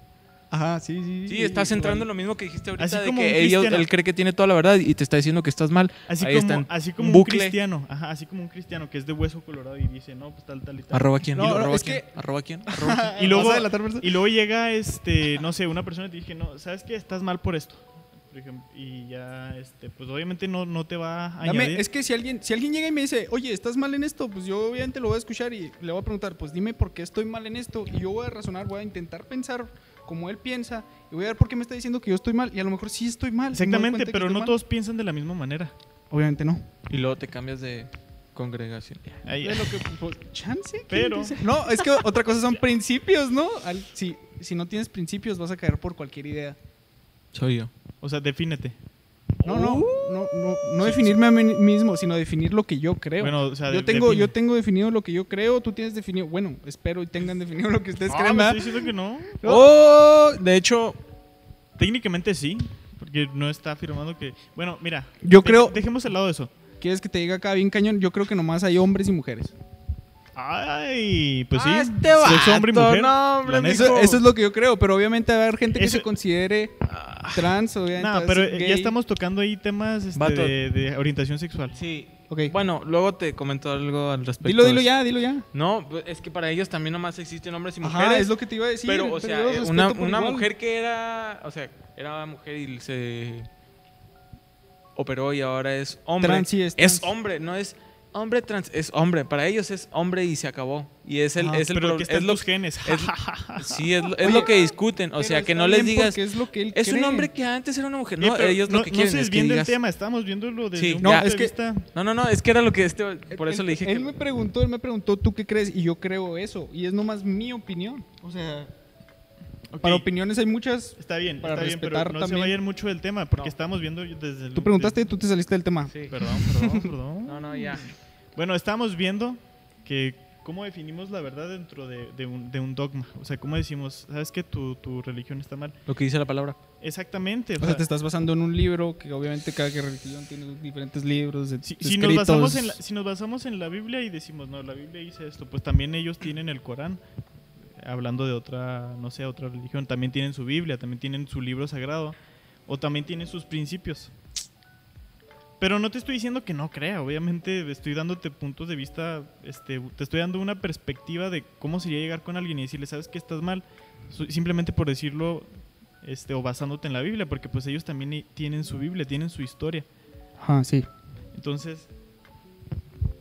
Ajá, sí, sí.
Sí, estás entrando en lo mismo que dijiste ahorita
Así
de
como un
que ellos-
cristiano.
él cree que tiene toda la verdad y te está diciendo que estás mal.
Así
Ahí
como,
están.
así
Un
como un
bucle.
cristiano, ajá, así como un cristiano que es de hueso colorado y dice, no, pues tal, tal y tal.
¿Arroba quién?
No, no,
¿Arroba
es
quién?
que-
¿Arroba quién? ¿Arroba [laughs] quién?
Y luego,
¿Vas a delatar, Marcelo?
y luego llega, este, no sé, una persona y te dice, no, ¿sabes qué? Estás mal por esto. por ejemplo, y ya, este, pues obviamente no, no te va a
Dame-
añadir.
es que si alguien, si alguien llega y me dice, oye, estás mal en esto, pues yo obviamente lo voy a escuchar y le voy a preguntar, pues dime por qué estoy mal en esto. Y yo voy a razonar, voy a intentar pensar como él piensa y voy a ver por qué me está diciendo que yo estoy mal. Y a lo mejor sí estoy mal. Me doy cuenta
Exactamente,
que
pero
estoy
no
mal.
todos piensan de la misma manera.
Obviamente no.
Y luego te cambias de congregación.
Ahí-
Es lo
[laughs]
que, pues, chance. ¿quién
Pero-
dice? No, es que otra cosa [laughs] son principios, ¿no? Al- si, si no tienes principios, vas a caer por cualquier idea.
Soy yo.
o sea, defínete.
No, no, no, no, no definirme a mí mismo, sino definir lo que yo creo.
Bueno, o sea,
yo
de-
tengo,
define.
yo tengo definido lo que yo creo, tú tienes definido, bueno, espero y tengan definido lo que ustedes
[laughs] Ah,
creen,
me
¿verdad?
estoy diciendo que no.
¡Oh! De hecho,
Técnicamente sí, porque no está afirmando que. Bueno, mira.
Yo
de-
creo-
Dejemos al lado eso.
¿Quieres que te diga acá bien cañón? Yo creo que nomás hay hombres y mujeres.
Ay, pues sí.
Ah, este
Sexo, hombre y
vato,
mujer.
no, hombre,
la
mijo.
neta.
Eso, eso es lo que yo creo, pero obviamente va a haber gente que
Eso- Ah.
se considere trans, obviamente. va
No,
a
pero
ser
eh,
gay.
ya estamos tocando ahí temas este,
Vato.
de, de orientación sexual.
sí.
Ok.
Bueno, luego te comento algo al respecto.
eh, Dilo,
de
dilo
eso.
ya, dilo ya.
No, pues, es que para ellos también nomás existen hombres y mujeres.
Ajá, es lo que te iba a decir. eh,
pero, o sea, eh,
yo los
una,
respeto por
una
igual.
mujer que era. O sea, era mujer y se operó y ahora es hombre.
Trans, sí, es trans.
hombre, no es hombre trans, es hombre. Para ellos es hombre y se acabó. Y es el.
Ajá,
es el
pero
pro-
que está
es
en
lo,
tus genes. [laughs]
es- sí, es, lo- es
Oye,
lo que discuten. O
Pero
sea, que
está
no les
bien
digas.
porque es lo que él
Es un
cree.
hombre que antes era una mujer.
Oye,
No,
pero
ellos
no,
lo que
no
quieren
se
es que
desvíen del
digas-
tema, estamos viéndolo desde
Sí,
un
no,
punto
es
de
que-
vista.
No, no, no, es que era lo que este. Por
Él-
eso
él-
le dije
Él
que.
me preguntó, él me preguntó, ¿tú qué crees? Y yo creo eso. Y es nomás mi opinión. O sea,
Ok,
para opiniones hay muchas.
Está bien,
para
está bien, pero
respetar
no se
también.
vayan mucho del tema, porque
No.
estamos viendo desde el.
Tú preguntaste y tú te saliste del tema.
Sí.
Perdón,
[laughs]
perdón, perdón.
No, no, ya.
Bueno, estamos viendo que cómo definimos la verdad dentro de, de un, de un dogma. O sea, cómo decimos, ¿sabes que tu, tu religión está mal?
Lo que dice la palabra.
Exactamente. o
O sea,
sea,
te estás basando en un libro, que obviamente cada que religión tiene diferentes libros. de-
si, si nos
escritos.
basamos en la, si nos basamos en la Biblia y decimos, no, la Biblia dice esto, pues también ellos tienen el Corán. Hablando de otra, no sé, otra religión, también tienen su Biblia, también tienen su libro sagrado, o también tienen sus principios. Pero no te estoy diciendo que no crea, obviamente estoy dándote puntos de vista, este, te estoy dando una perspectiva de cómo sería llegar con alguien y decirle, sabes que estás mal, Su- simplemente por decirlo, este, o basándote en la Biblia, porque pues ellos también i- tienen su Biblia, tienen su historia.
Ajá, sí.
Entonces,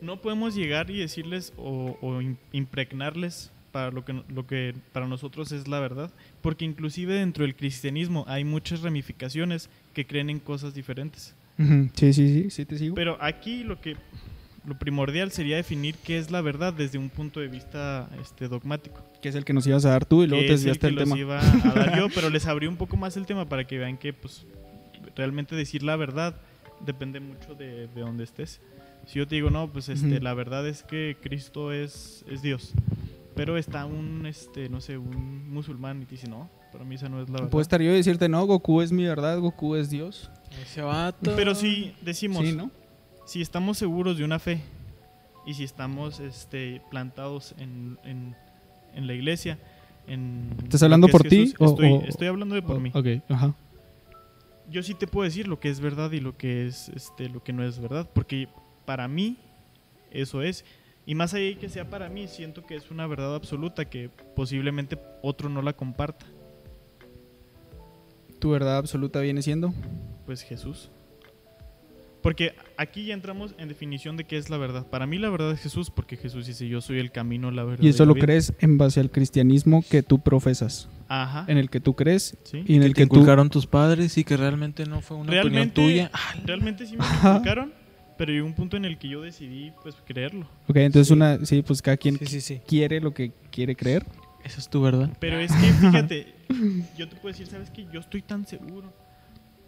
no podemos llegar y decirles o, o im- impregnarles para lo que, no- lo que para nosotros es la verdad, porque inclusive dentro del cristianismo hay muchas ramificaciones que creen en cosas diferentes.
Ujú, Sí, sí, sí, sí, te sigo.
Pero aquí lo que lo primordial sería definir qué es la verdad desde un punto de vista este dogmático.
que es el que nos ibas a dar tú y luego
que
te
es el
desviaste
que
del
los
tema.
iba a dar yo,
[laughs]
pero les abrí un poco más el tema para que vean que pues realmente decir la verdad depende mucho de, de dónde estés. Si yo te digo, no, pues este,
Ujú.
la verdad es que Cristo es, es Dios. Pero está un, este, no sé, un musulmán y te dice, no, para mí esa no es la verdad.
Puedo estar yo y decirte, no, Goku es mi verdad, Goku es Dios.
Ese vato.
Pero si decimos,
Sí, ¿no?
si estamos seguros de una fe y si estamos este, plantados en, en- en la iglesia, en...
¿Estás
lo
hablando
que es
por ti
Jesús,
o-
Estoy,
o-
estoy hablando de por
O-
mí.
Ok, ajá.
yo sí te puedo decir lo que es verdad y lo que es este lo que no es verdad porque para mí eso es y más allá de que sea para mí siento que es una verdad absoluta que posiblemente otro no la comparta
Tu verdad absoluta viene siendo.
pues Jesús porque aquí ya entramos en definición de qué es la verdad para mí la verdad es Jesús porque Jesús dice yo soy el camino la verdad
Y eso
la
lo
vida".
crees en base al cristianismo que tú profesas,
ajá
en el que tú crees
sí.
y en el
que te
que tú
inculcaron tus padres y que realmente no fue una opinión
realmente
tuya.
realmente sí me
Ajá.
explicaron pero llegó un punto en el que yo decidí pues creerlo
Ok, entonces una, sí, pues cada quien
Sí, sí, sí.
quiere lo que quiere creer.
Esa es tu verdad.
Pero es que,
[laughs]
fíjate, yo te puedo decir, ¿sabes qué? Yo estoy tan seguro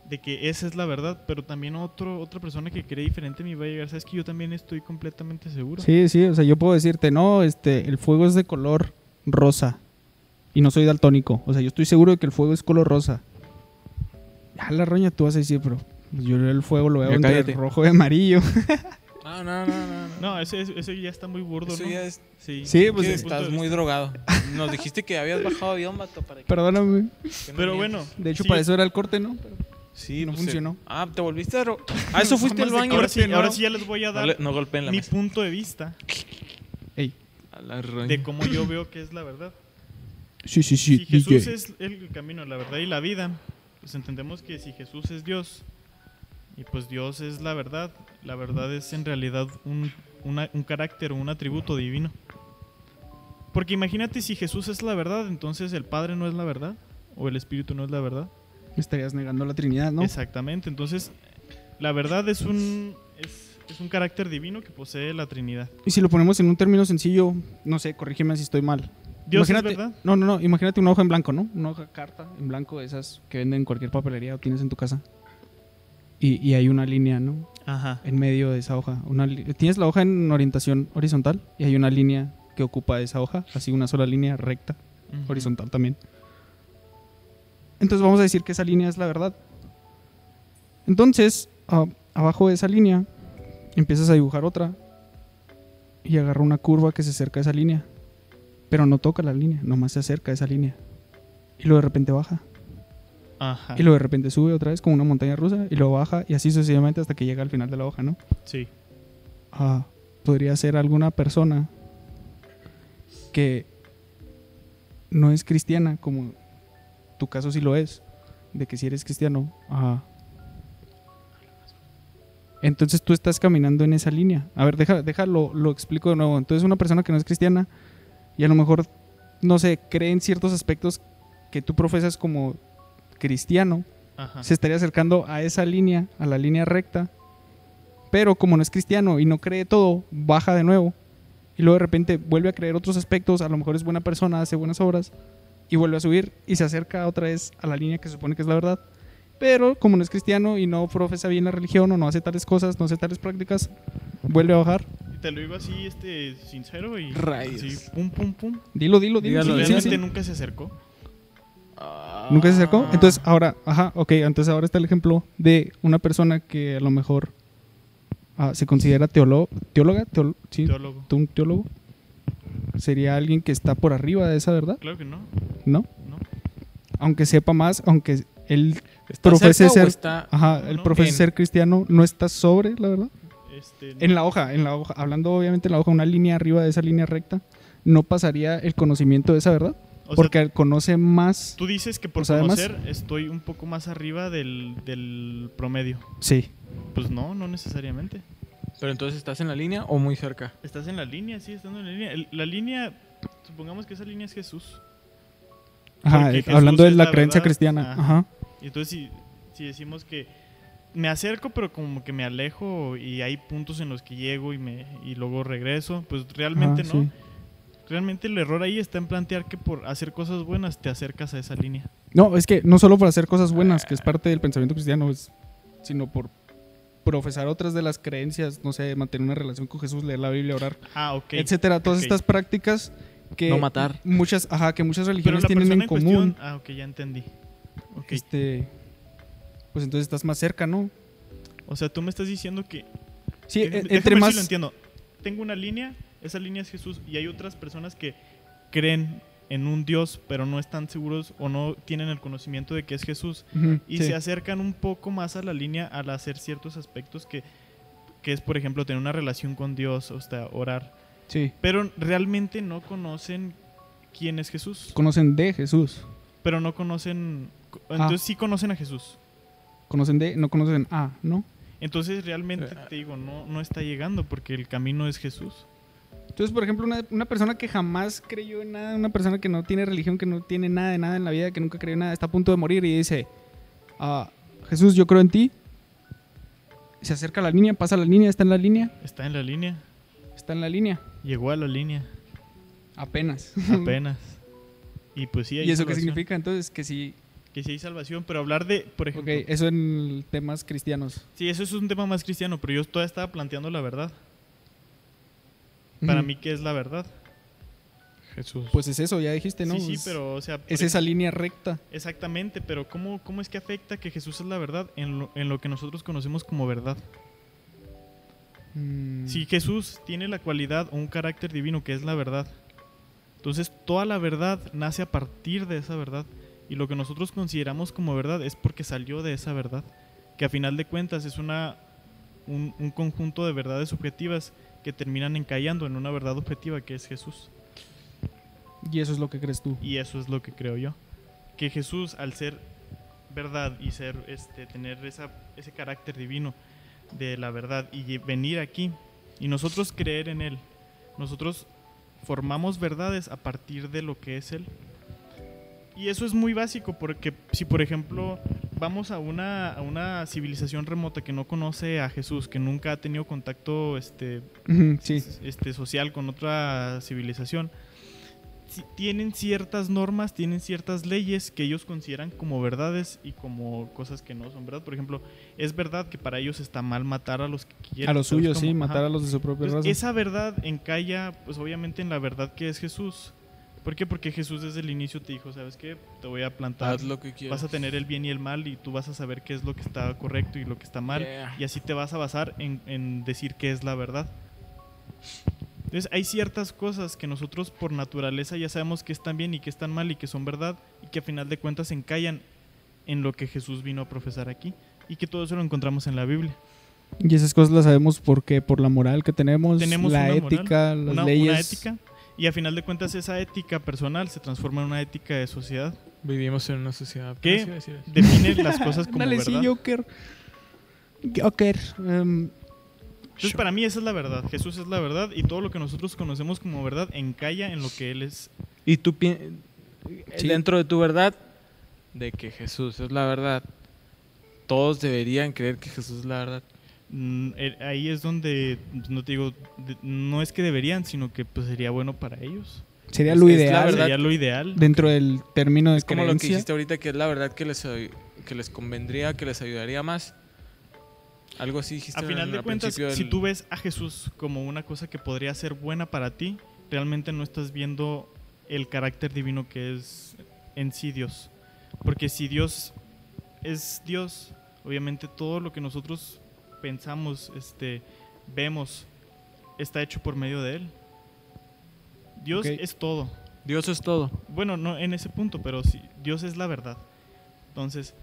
de que esa es la verdad, pero también otro, otra persona que cree diferente me va a llegar, ¿sabes que Yo también estoy completamente seguro.
Sí, sí, o sea, yo puedo decirte, no, este, el fuego es de color rosa y no soy daltónico. O sea, yo estoy seguro de que el fuego es color rosa. Ya la roña tú vas a decir, pero pues, yo el fuego lo veo
Ya
entre
cállate.
rojo y amarillo. [laughs]
No, no, no, no. no.
No, ese, ese- ese ya está muy burdo,
Eso
¿no?
ya es-
Sí.
Sí, pues,
¿Qué
es-
punto
Estás
de
muy drogado. Nos dijiste que habías bajado avión, vato, para que-
Perdóname.
que no
Pero
mientas.
bueno.
De hecho,
sí,
para eso era el corte, ¿no? Pero
Sí,
no
pues,
funcionó.
eh, Ah, te volviste a... dro- Ah, eso fuiste al
vamos a-
baño.
Ahora sí,
¿no?
ahora sí ya les voy a
No,
dar
le- no golpeen la
mi
mesa.
punto de vista
Ey.
A la roña.
de cómo yo veo que es la verdad.
Sí, sí,
Si
sí.
Jesús es el camino, la verdad y la vida, pues entendemos que si Jesús es Dios y pues Dios es la verdad, la verdad es en realidad un, una- un carácter o un atributo divino. Porque imagínate si Jesús es la verdad, entonces el Padre no es la verdad o el Espíritu no es la verdad.
Me estarías negando la Trinidad, ¿no?
Exactamente, entonces la verdad es un, es, es un carácter divino que posee la Trinidad.
Y si lo ponemos en un término sencillo, no sé, corrígeme si estoy mal.
Dios
imagínate,
es verdad.
No, no, no. Imagínate una hoja en blanco, ¿no? Una hoja carta en blanco, de esas que venden en cualquier papelería o tienes en tu casa. Y, y hay una línea, ¿no?
Ajá.
En medio de esa hoja. Una li- tienes la hoja en orientación horizontal y hay una línea que ocupa esa hoja, así una sola línea recta, horizontal también. Entonces vamos a decir que esa línea es la verdad. Entonces, a- abajo de esa línea, empiezas a dibujar otra y agarra una curva que se acerca a esa línea. Pero no toca la línea, nomás se acerca a esa línea. Y luego de repente baja.
Ajá.
Y luego de repente sube otra vez como una montaña rusa y luego baja y así sucesivamente hasta que llega al final de la hoja, ¿no?
Sí.
Ah, podría ser alguna persona que no es cristiana, como tu caso sí lo es, de que si eres cristiano, ah, entonces tú estás caminando en esa línea. A ver, deja, déjalo, lo explico de nuevo. Entonces una persona que no es cristiana y a lo mejor, no sé, cree en ciertos aspectos que tú profesas como cristiano,
Ajá.
se estaría acercando a esa línea, a la línea recta. Pero como no es cristiano y no cree todo, baja de nuevo. Y luego de repente vuelve a creer otros aspectos, a lo mejor es buena persona, hace buenas obras, y vuelve a subir y se acerca otra vez a la línea que supone que es la verdad. Pero como no es cristiano y no profesa bien la religión o no hace tales cosas, no hace tales prácticas, vuelve a bajar.
Y te lo digo así, este, sincero y
Rayos.
así, pum, pum, pum.
Dilo, dilo, dilo.
Dígalo,
Sí,
Realmente
sí, sí.
nunca se acercó.
Ah,
¿Nunca se
Ah.
acercó? Entonces, ahora, ajá, ok, entonces ahora está el ejemplo de una persona que a lo mejor ah, se considera teólogo, teóloga, teol- sí,
Teólogo.
¿tú un teólogo. Sería alguien que está por arriba de esa verdad,
Claro que no.
¿no?
No.
Aunque sepa más, aunque él
¿Está
profese
cerca o
ser,
está-
ajá, él
No,
profese
en-
ser cristiano, no está sobre la verdad.
Este, no.
En la hoja, en la hoja, hablando obviamente en la hoja, una línea arriba de esa línea recta, no pasaría el conocimiento de esa verdad,
O sea,
porque conoce más.
tú dices que por
o sea, además-
conocer estoy un poco más arriba del, del promedio.
Sí.
Pues no, no necesariamente.
Pero entonces estás en la línea o muy cerca.
Estás en la línea, sí, estando en la línea. El- la línea, supongamos que esa línea es Jesús.
Ajá,
Porque
eh,
Jesús
hablando de
es
la,
la
creencia
verdad.
cristiana.
Ajá.
Ajá.
Y entonces si, si decimos que me acerco, pero como que me alejo y hay puntos en los que llego y, me, y luego regreso, pues realmente
Ajá,
no.
Ah, sí.
Realmente el error ahí está en plantear que por hacer cosas buenas te acercas a esa línea.
No, es que no solo por hacer cosas buenas, que es parte del pensamiento cristiano, es- sino por profesar otras de las creencias, no sé, mantener una relación con Jesús, leer la Biblia, orar,
Ah, ok.
etcétera. Todas
ok.
estas prácticas que
No matar.
muchas, ajá, que muchas
Pero
religiones
la
tienen
persona
en
en
común.
cuestión. Ah, ok, ya entendí. Ok.
Este, pues entonces estás más cerca, ¿no?
O sea, tú me estás diciendo que.
Sí,
déjame-
eh,
déjame
entre
ver si
más.
lo entiendo. Tengo una línea, esa línea es Jesús, y hay otras personas que creen en un Dios, pero no están seguros o no tienen el conocimiento de que es Jesús.
Ujú,
Y
sí.
se acercan un poco más a la línea al hacer ciertos aspectos que, que es, por ejemplo, tener una relación con Dios, o sea, orar.
Sí.
Pero realmente no conocen quién es Jesús.
Conocen de Jesús.
Pero no conocen.
Ah.
Entonces sí conocen a Jesús.
Conocen de, no conocen a, ¿no?
Entonces realmente
Eh,
te digo, no, no está llegando porque el camino es Jesús.
Entonces, por ejemplo, una, una persona que jamás creyó en nada, una persona que no tiene religión, que no tiene nada de nada en la vida, que nunca creyó en nada, está a punto de morir y dice, ah, Jesús, yo creo en ti. Se acerca a la línea, pasa a la línea, está en la línea,
Está en la línea.
está en la línea,
Llegó a la
[laughs]
línea.
apenas.
Apenas. y pues sí
[laughs]
hay
¿Y eso qué
salvación.
significa entonces? Que sí,
Que sí hay salvación, pero hablar de, por
ok,
ejemplo...
eso en temas cristianos.
Sí, eso es un tema más cristiano, pero yo todavía estaba planteando la verdad. Para
Ujú.
mí, ¿qué es la verdad?
Jesús.
Pues es eso, ya dijiste, ¿no?
sí, sí,
Es-
pero, o sea... por
Es
ej-
esa línea recta.
Exactamente, pero ¿cómo, ¿cómo es que afecta que Jesús es la verdad en lo, en lo que nosotros conocemos como verdad?
Mm,
Si Jesús tiene la cualidad o un carácter divino que es la verdad, entonces toda la verdad nace a partir de esa verdad. Y lo que nosotros consideramos como verdad es porque salió de esa verdad, que a final de cuentas es una, un, un conjunto de verdades subjetivas que terminan encallando en una verdad objetiva que es Jesús.
Y eso es lo que crees tú.
Y eso es lo que creo yo. Que Jesús, al ser verdad y ser este tener esa, ese carácter divino de la verdad y lle- venir aquí y nosotros creer en él, nosotros formamos verdades a partir de lo que es él. Y eso es muy básico porque si por ejemplo vamos a una, a una civilización remota que no conoce a Jesús, que nunca ha tenido contacto este,
Ujú, sí.
este, social con otra civilización, si- tienen ciertas normas, tienen ciertas leyes que ellos consideran como verdades y como cosas que no son verdad. Por ejemplo, es verdad que para ellos está mal matar a los que quieren.
A los
¿sabes
suyos,
cómo?
sí,
Ajá.
matar a los de su propia
Entonces,
raza.
Esa verdad encalla, pues obviamente, en la verdad que es Jesús. ¿Por qué? Porque Jesús desde el inicio te dijo, ¿sabes qué? Te voy a plantar
Haz lo que quieras.
Ah, vas a tener el bien y el mal y tú vas a saber qué es lo que está correcto y lo que está mal
Yeah.
y así te vas a basar en, en decir qué es la verdad. Entonces hay ciertas cosas que nosotros por naturaleza ya sabemos que están bien y que están mal y que son verdad y que a final de cuentas encallan en lo que Jesús vino a profesar aquí y que todo eso lo encontramos en la Biblia.
Y esas cosas las sabemos porque por la moral que tenemos,
Tenemos
la
una moral,
ética, las
una, una
leyes.
ética y a final de cuentas esa ética personal se transforma en una ética de sociedad.
Vivimos en una sociedad.
¿Qué?
Sí, iba a decir eso.
Define las cosas como
Ándale,
verdad.
sí, Joker. Joker. em,
Entonces, para mí esa es la verdad. Jesús es la verdad y todo lo que nosotros conocemos como verdad encalla en lo que Él es.
Y tú pi-
Sí.
dentro de tu verdad, de que Jesús es la verdad. Todos deberían creer que Jesús es la verdad.
Mm, eh, Ahí es donde, pues, no te digo, de- no es que deberían, sino que pues, sería bueno para ellos.
sería
Es-
lo
es la
ideal
verdad.
Sería lo ideal.
dentro del término de
Es como lo que
creencia.
dijiste ahorita, que es la verdad que les, ay- que les convendría, que les ayudaría más. Algo así dijiste
A final
al-
de
al
cuentas,
principio
si
del-
tú ves a Jesús como una cosa que podría ser buena para ti, realmente no estás viendo el carácter divino que es en sí Dios. Porque si Dios es Dios, obviamente todo lo que nosotros pensamos, este, vemos, está hecho por medio de Él. Dios
Ok.
es todo.
Dios es todo.
Bueno, no en ese punto, pero sí, Dios es la verdad. Entonces,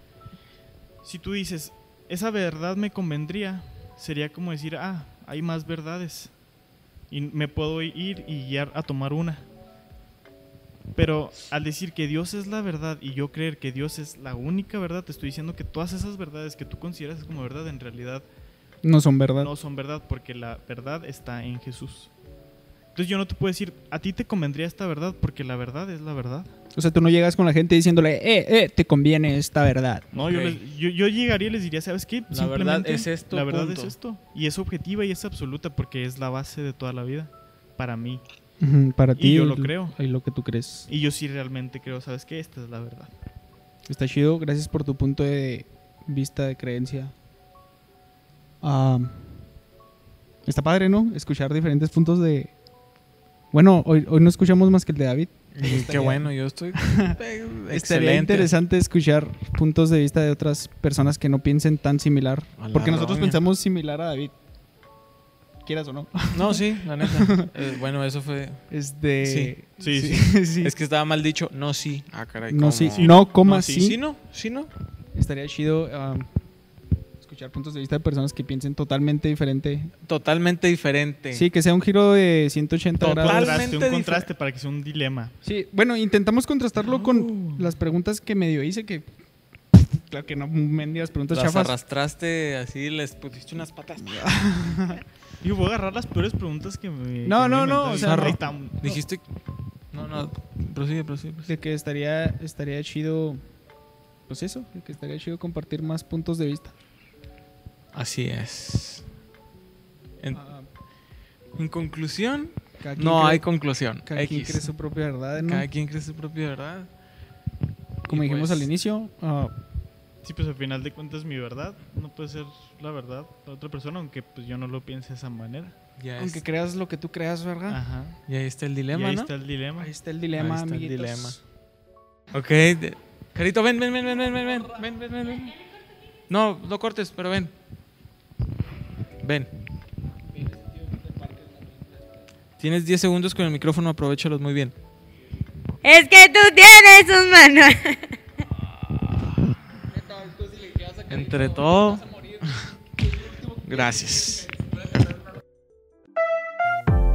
si tú dices, esa verdad me convendría, sería como decir, ah, hay más verdades. Y me puedo ir y guiar a tomar una. Pero al decir que Dios es la verdad y yo creer que Dios es la única verdad, te estoy diciendo que todas esas verdades que tú consideras como verdad en realidad
No son verdad.
no son verdad porque la verdad está en Jesús. Entonces yo no te puedo decir, a ti te convendría esta verdad porque la verdad es la verdad.
O sea, tú no llegas con la gente diciéndole, eh, eh, te conviene esta verdad.
No,
Ok.
yo, les- yo, yo llegaría y les diría, ¿sabes qué?
La verdad
Simplemente,
es esto,
La verdad
punto".
es esto. Y es objetiva y es absoluta porque es la base de toda la vida para mí.
Ujú, Para ti.
yo lo
el-
creo.
Y lo que tú crees.
Y yo sí realmente creo, ¿sabes qué? Esta es la verdad.
Está chido. Gracias por tu punto de vista de creencia. Ah, está padre, ¿no? Escuchar diferentes puntos de... Bueno, hoy, hoy no escuchamos más que el de David.
Qué bueno, yo
[laughs]
estoy.
Estaría interesante escuchar puntos de vista de otras personas que no piensen tan similar.
A la
Porque nosotros
roña.
pensamos similar a David. Quieras o no. [laughs]
No, sí, la neta. Eh, bueno, eso fue.
Este...
Sí.
Sí,
[laughs] sí.
Es que estaba mal dicho. No, sí. Ah, caray.
no,
¿cómo?
sí, no, coma,
No,
sí.
Sí, no. Sí, no.
Estaría chido um, escuchar puntos de vista de personas que piensen totalmente diferente.
Totalmente diferente.
Sí, que sea un giro de 180
Un
Totalmente
grados.
contraste, este, un
difer-
contraste para que sea un dilema.
Sí, bueno, intentamos contrastarlo con
No.
las preguntas que medio hice, que claro que no mendigas las preguntas
Las
chafas.
arrastraste así, les pusiste
[laughs]
unas patas.
Digo, voy a agarrar las peores preguntas que me.
No, no,
que me
no,
inventaron.
o sea,
Ahí
no.
está.
Dijiste. No, no. Prosigue, prosigue. prosigue.
De que estaría, estaría chido, pues eso, de que estaría chido compartir más puntos de vista.
Así es. En,
Ah,
en conclusión,
cada quien
no
cree-
hay conclusión.
Cada quien
X.
cree su propia verdad, ¿no?
Cada quien cree su propia verdad.
Como
Y
dijimos
pues,
al inicio, ah,
Sí, pues al final de cuentas, mi verdad no puede ser la verdad de otra persona, aunque pues yo no lo piense de esa manera.
Ya,
aunque
es-
creas lo que tú creas, ¿verdad? Ah,
Ajá.
ya está el
Y
Ah, dilema,
ahí
¿no?
está el dilema.
Ahí está el dilema,
Ahí está el
amiguitos.
dilema. Ok. de- Carito, ven, ven, ven, ven, ven, ven, ven, ven, ven, ven, ven. No, no cortes, pero ven. Ven. Tienes 10 segundos con el micrófono, aprovechalos muy bien.
Es que tú tienes un manual.
Entre todo. [laughs] Gracias.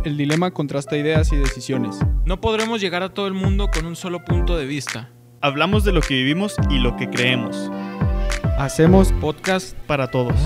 El dilema contrasta ideas y decisiones.
No podremos llegar a todo el mundo con un solo punto de vista.
Hablamos de lo que vivimos y lo que creemos.
Hacemos
Podcast
Para todos.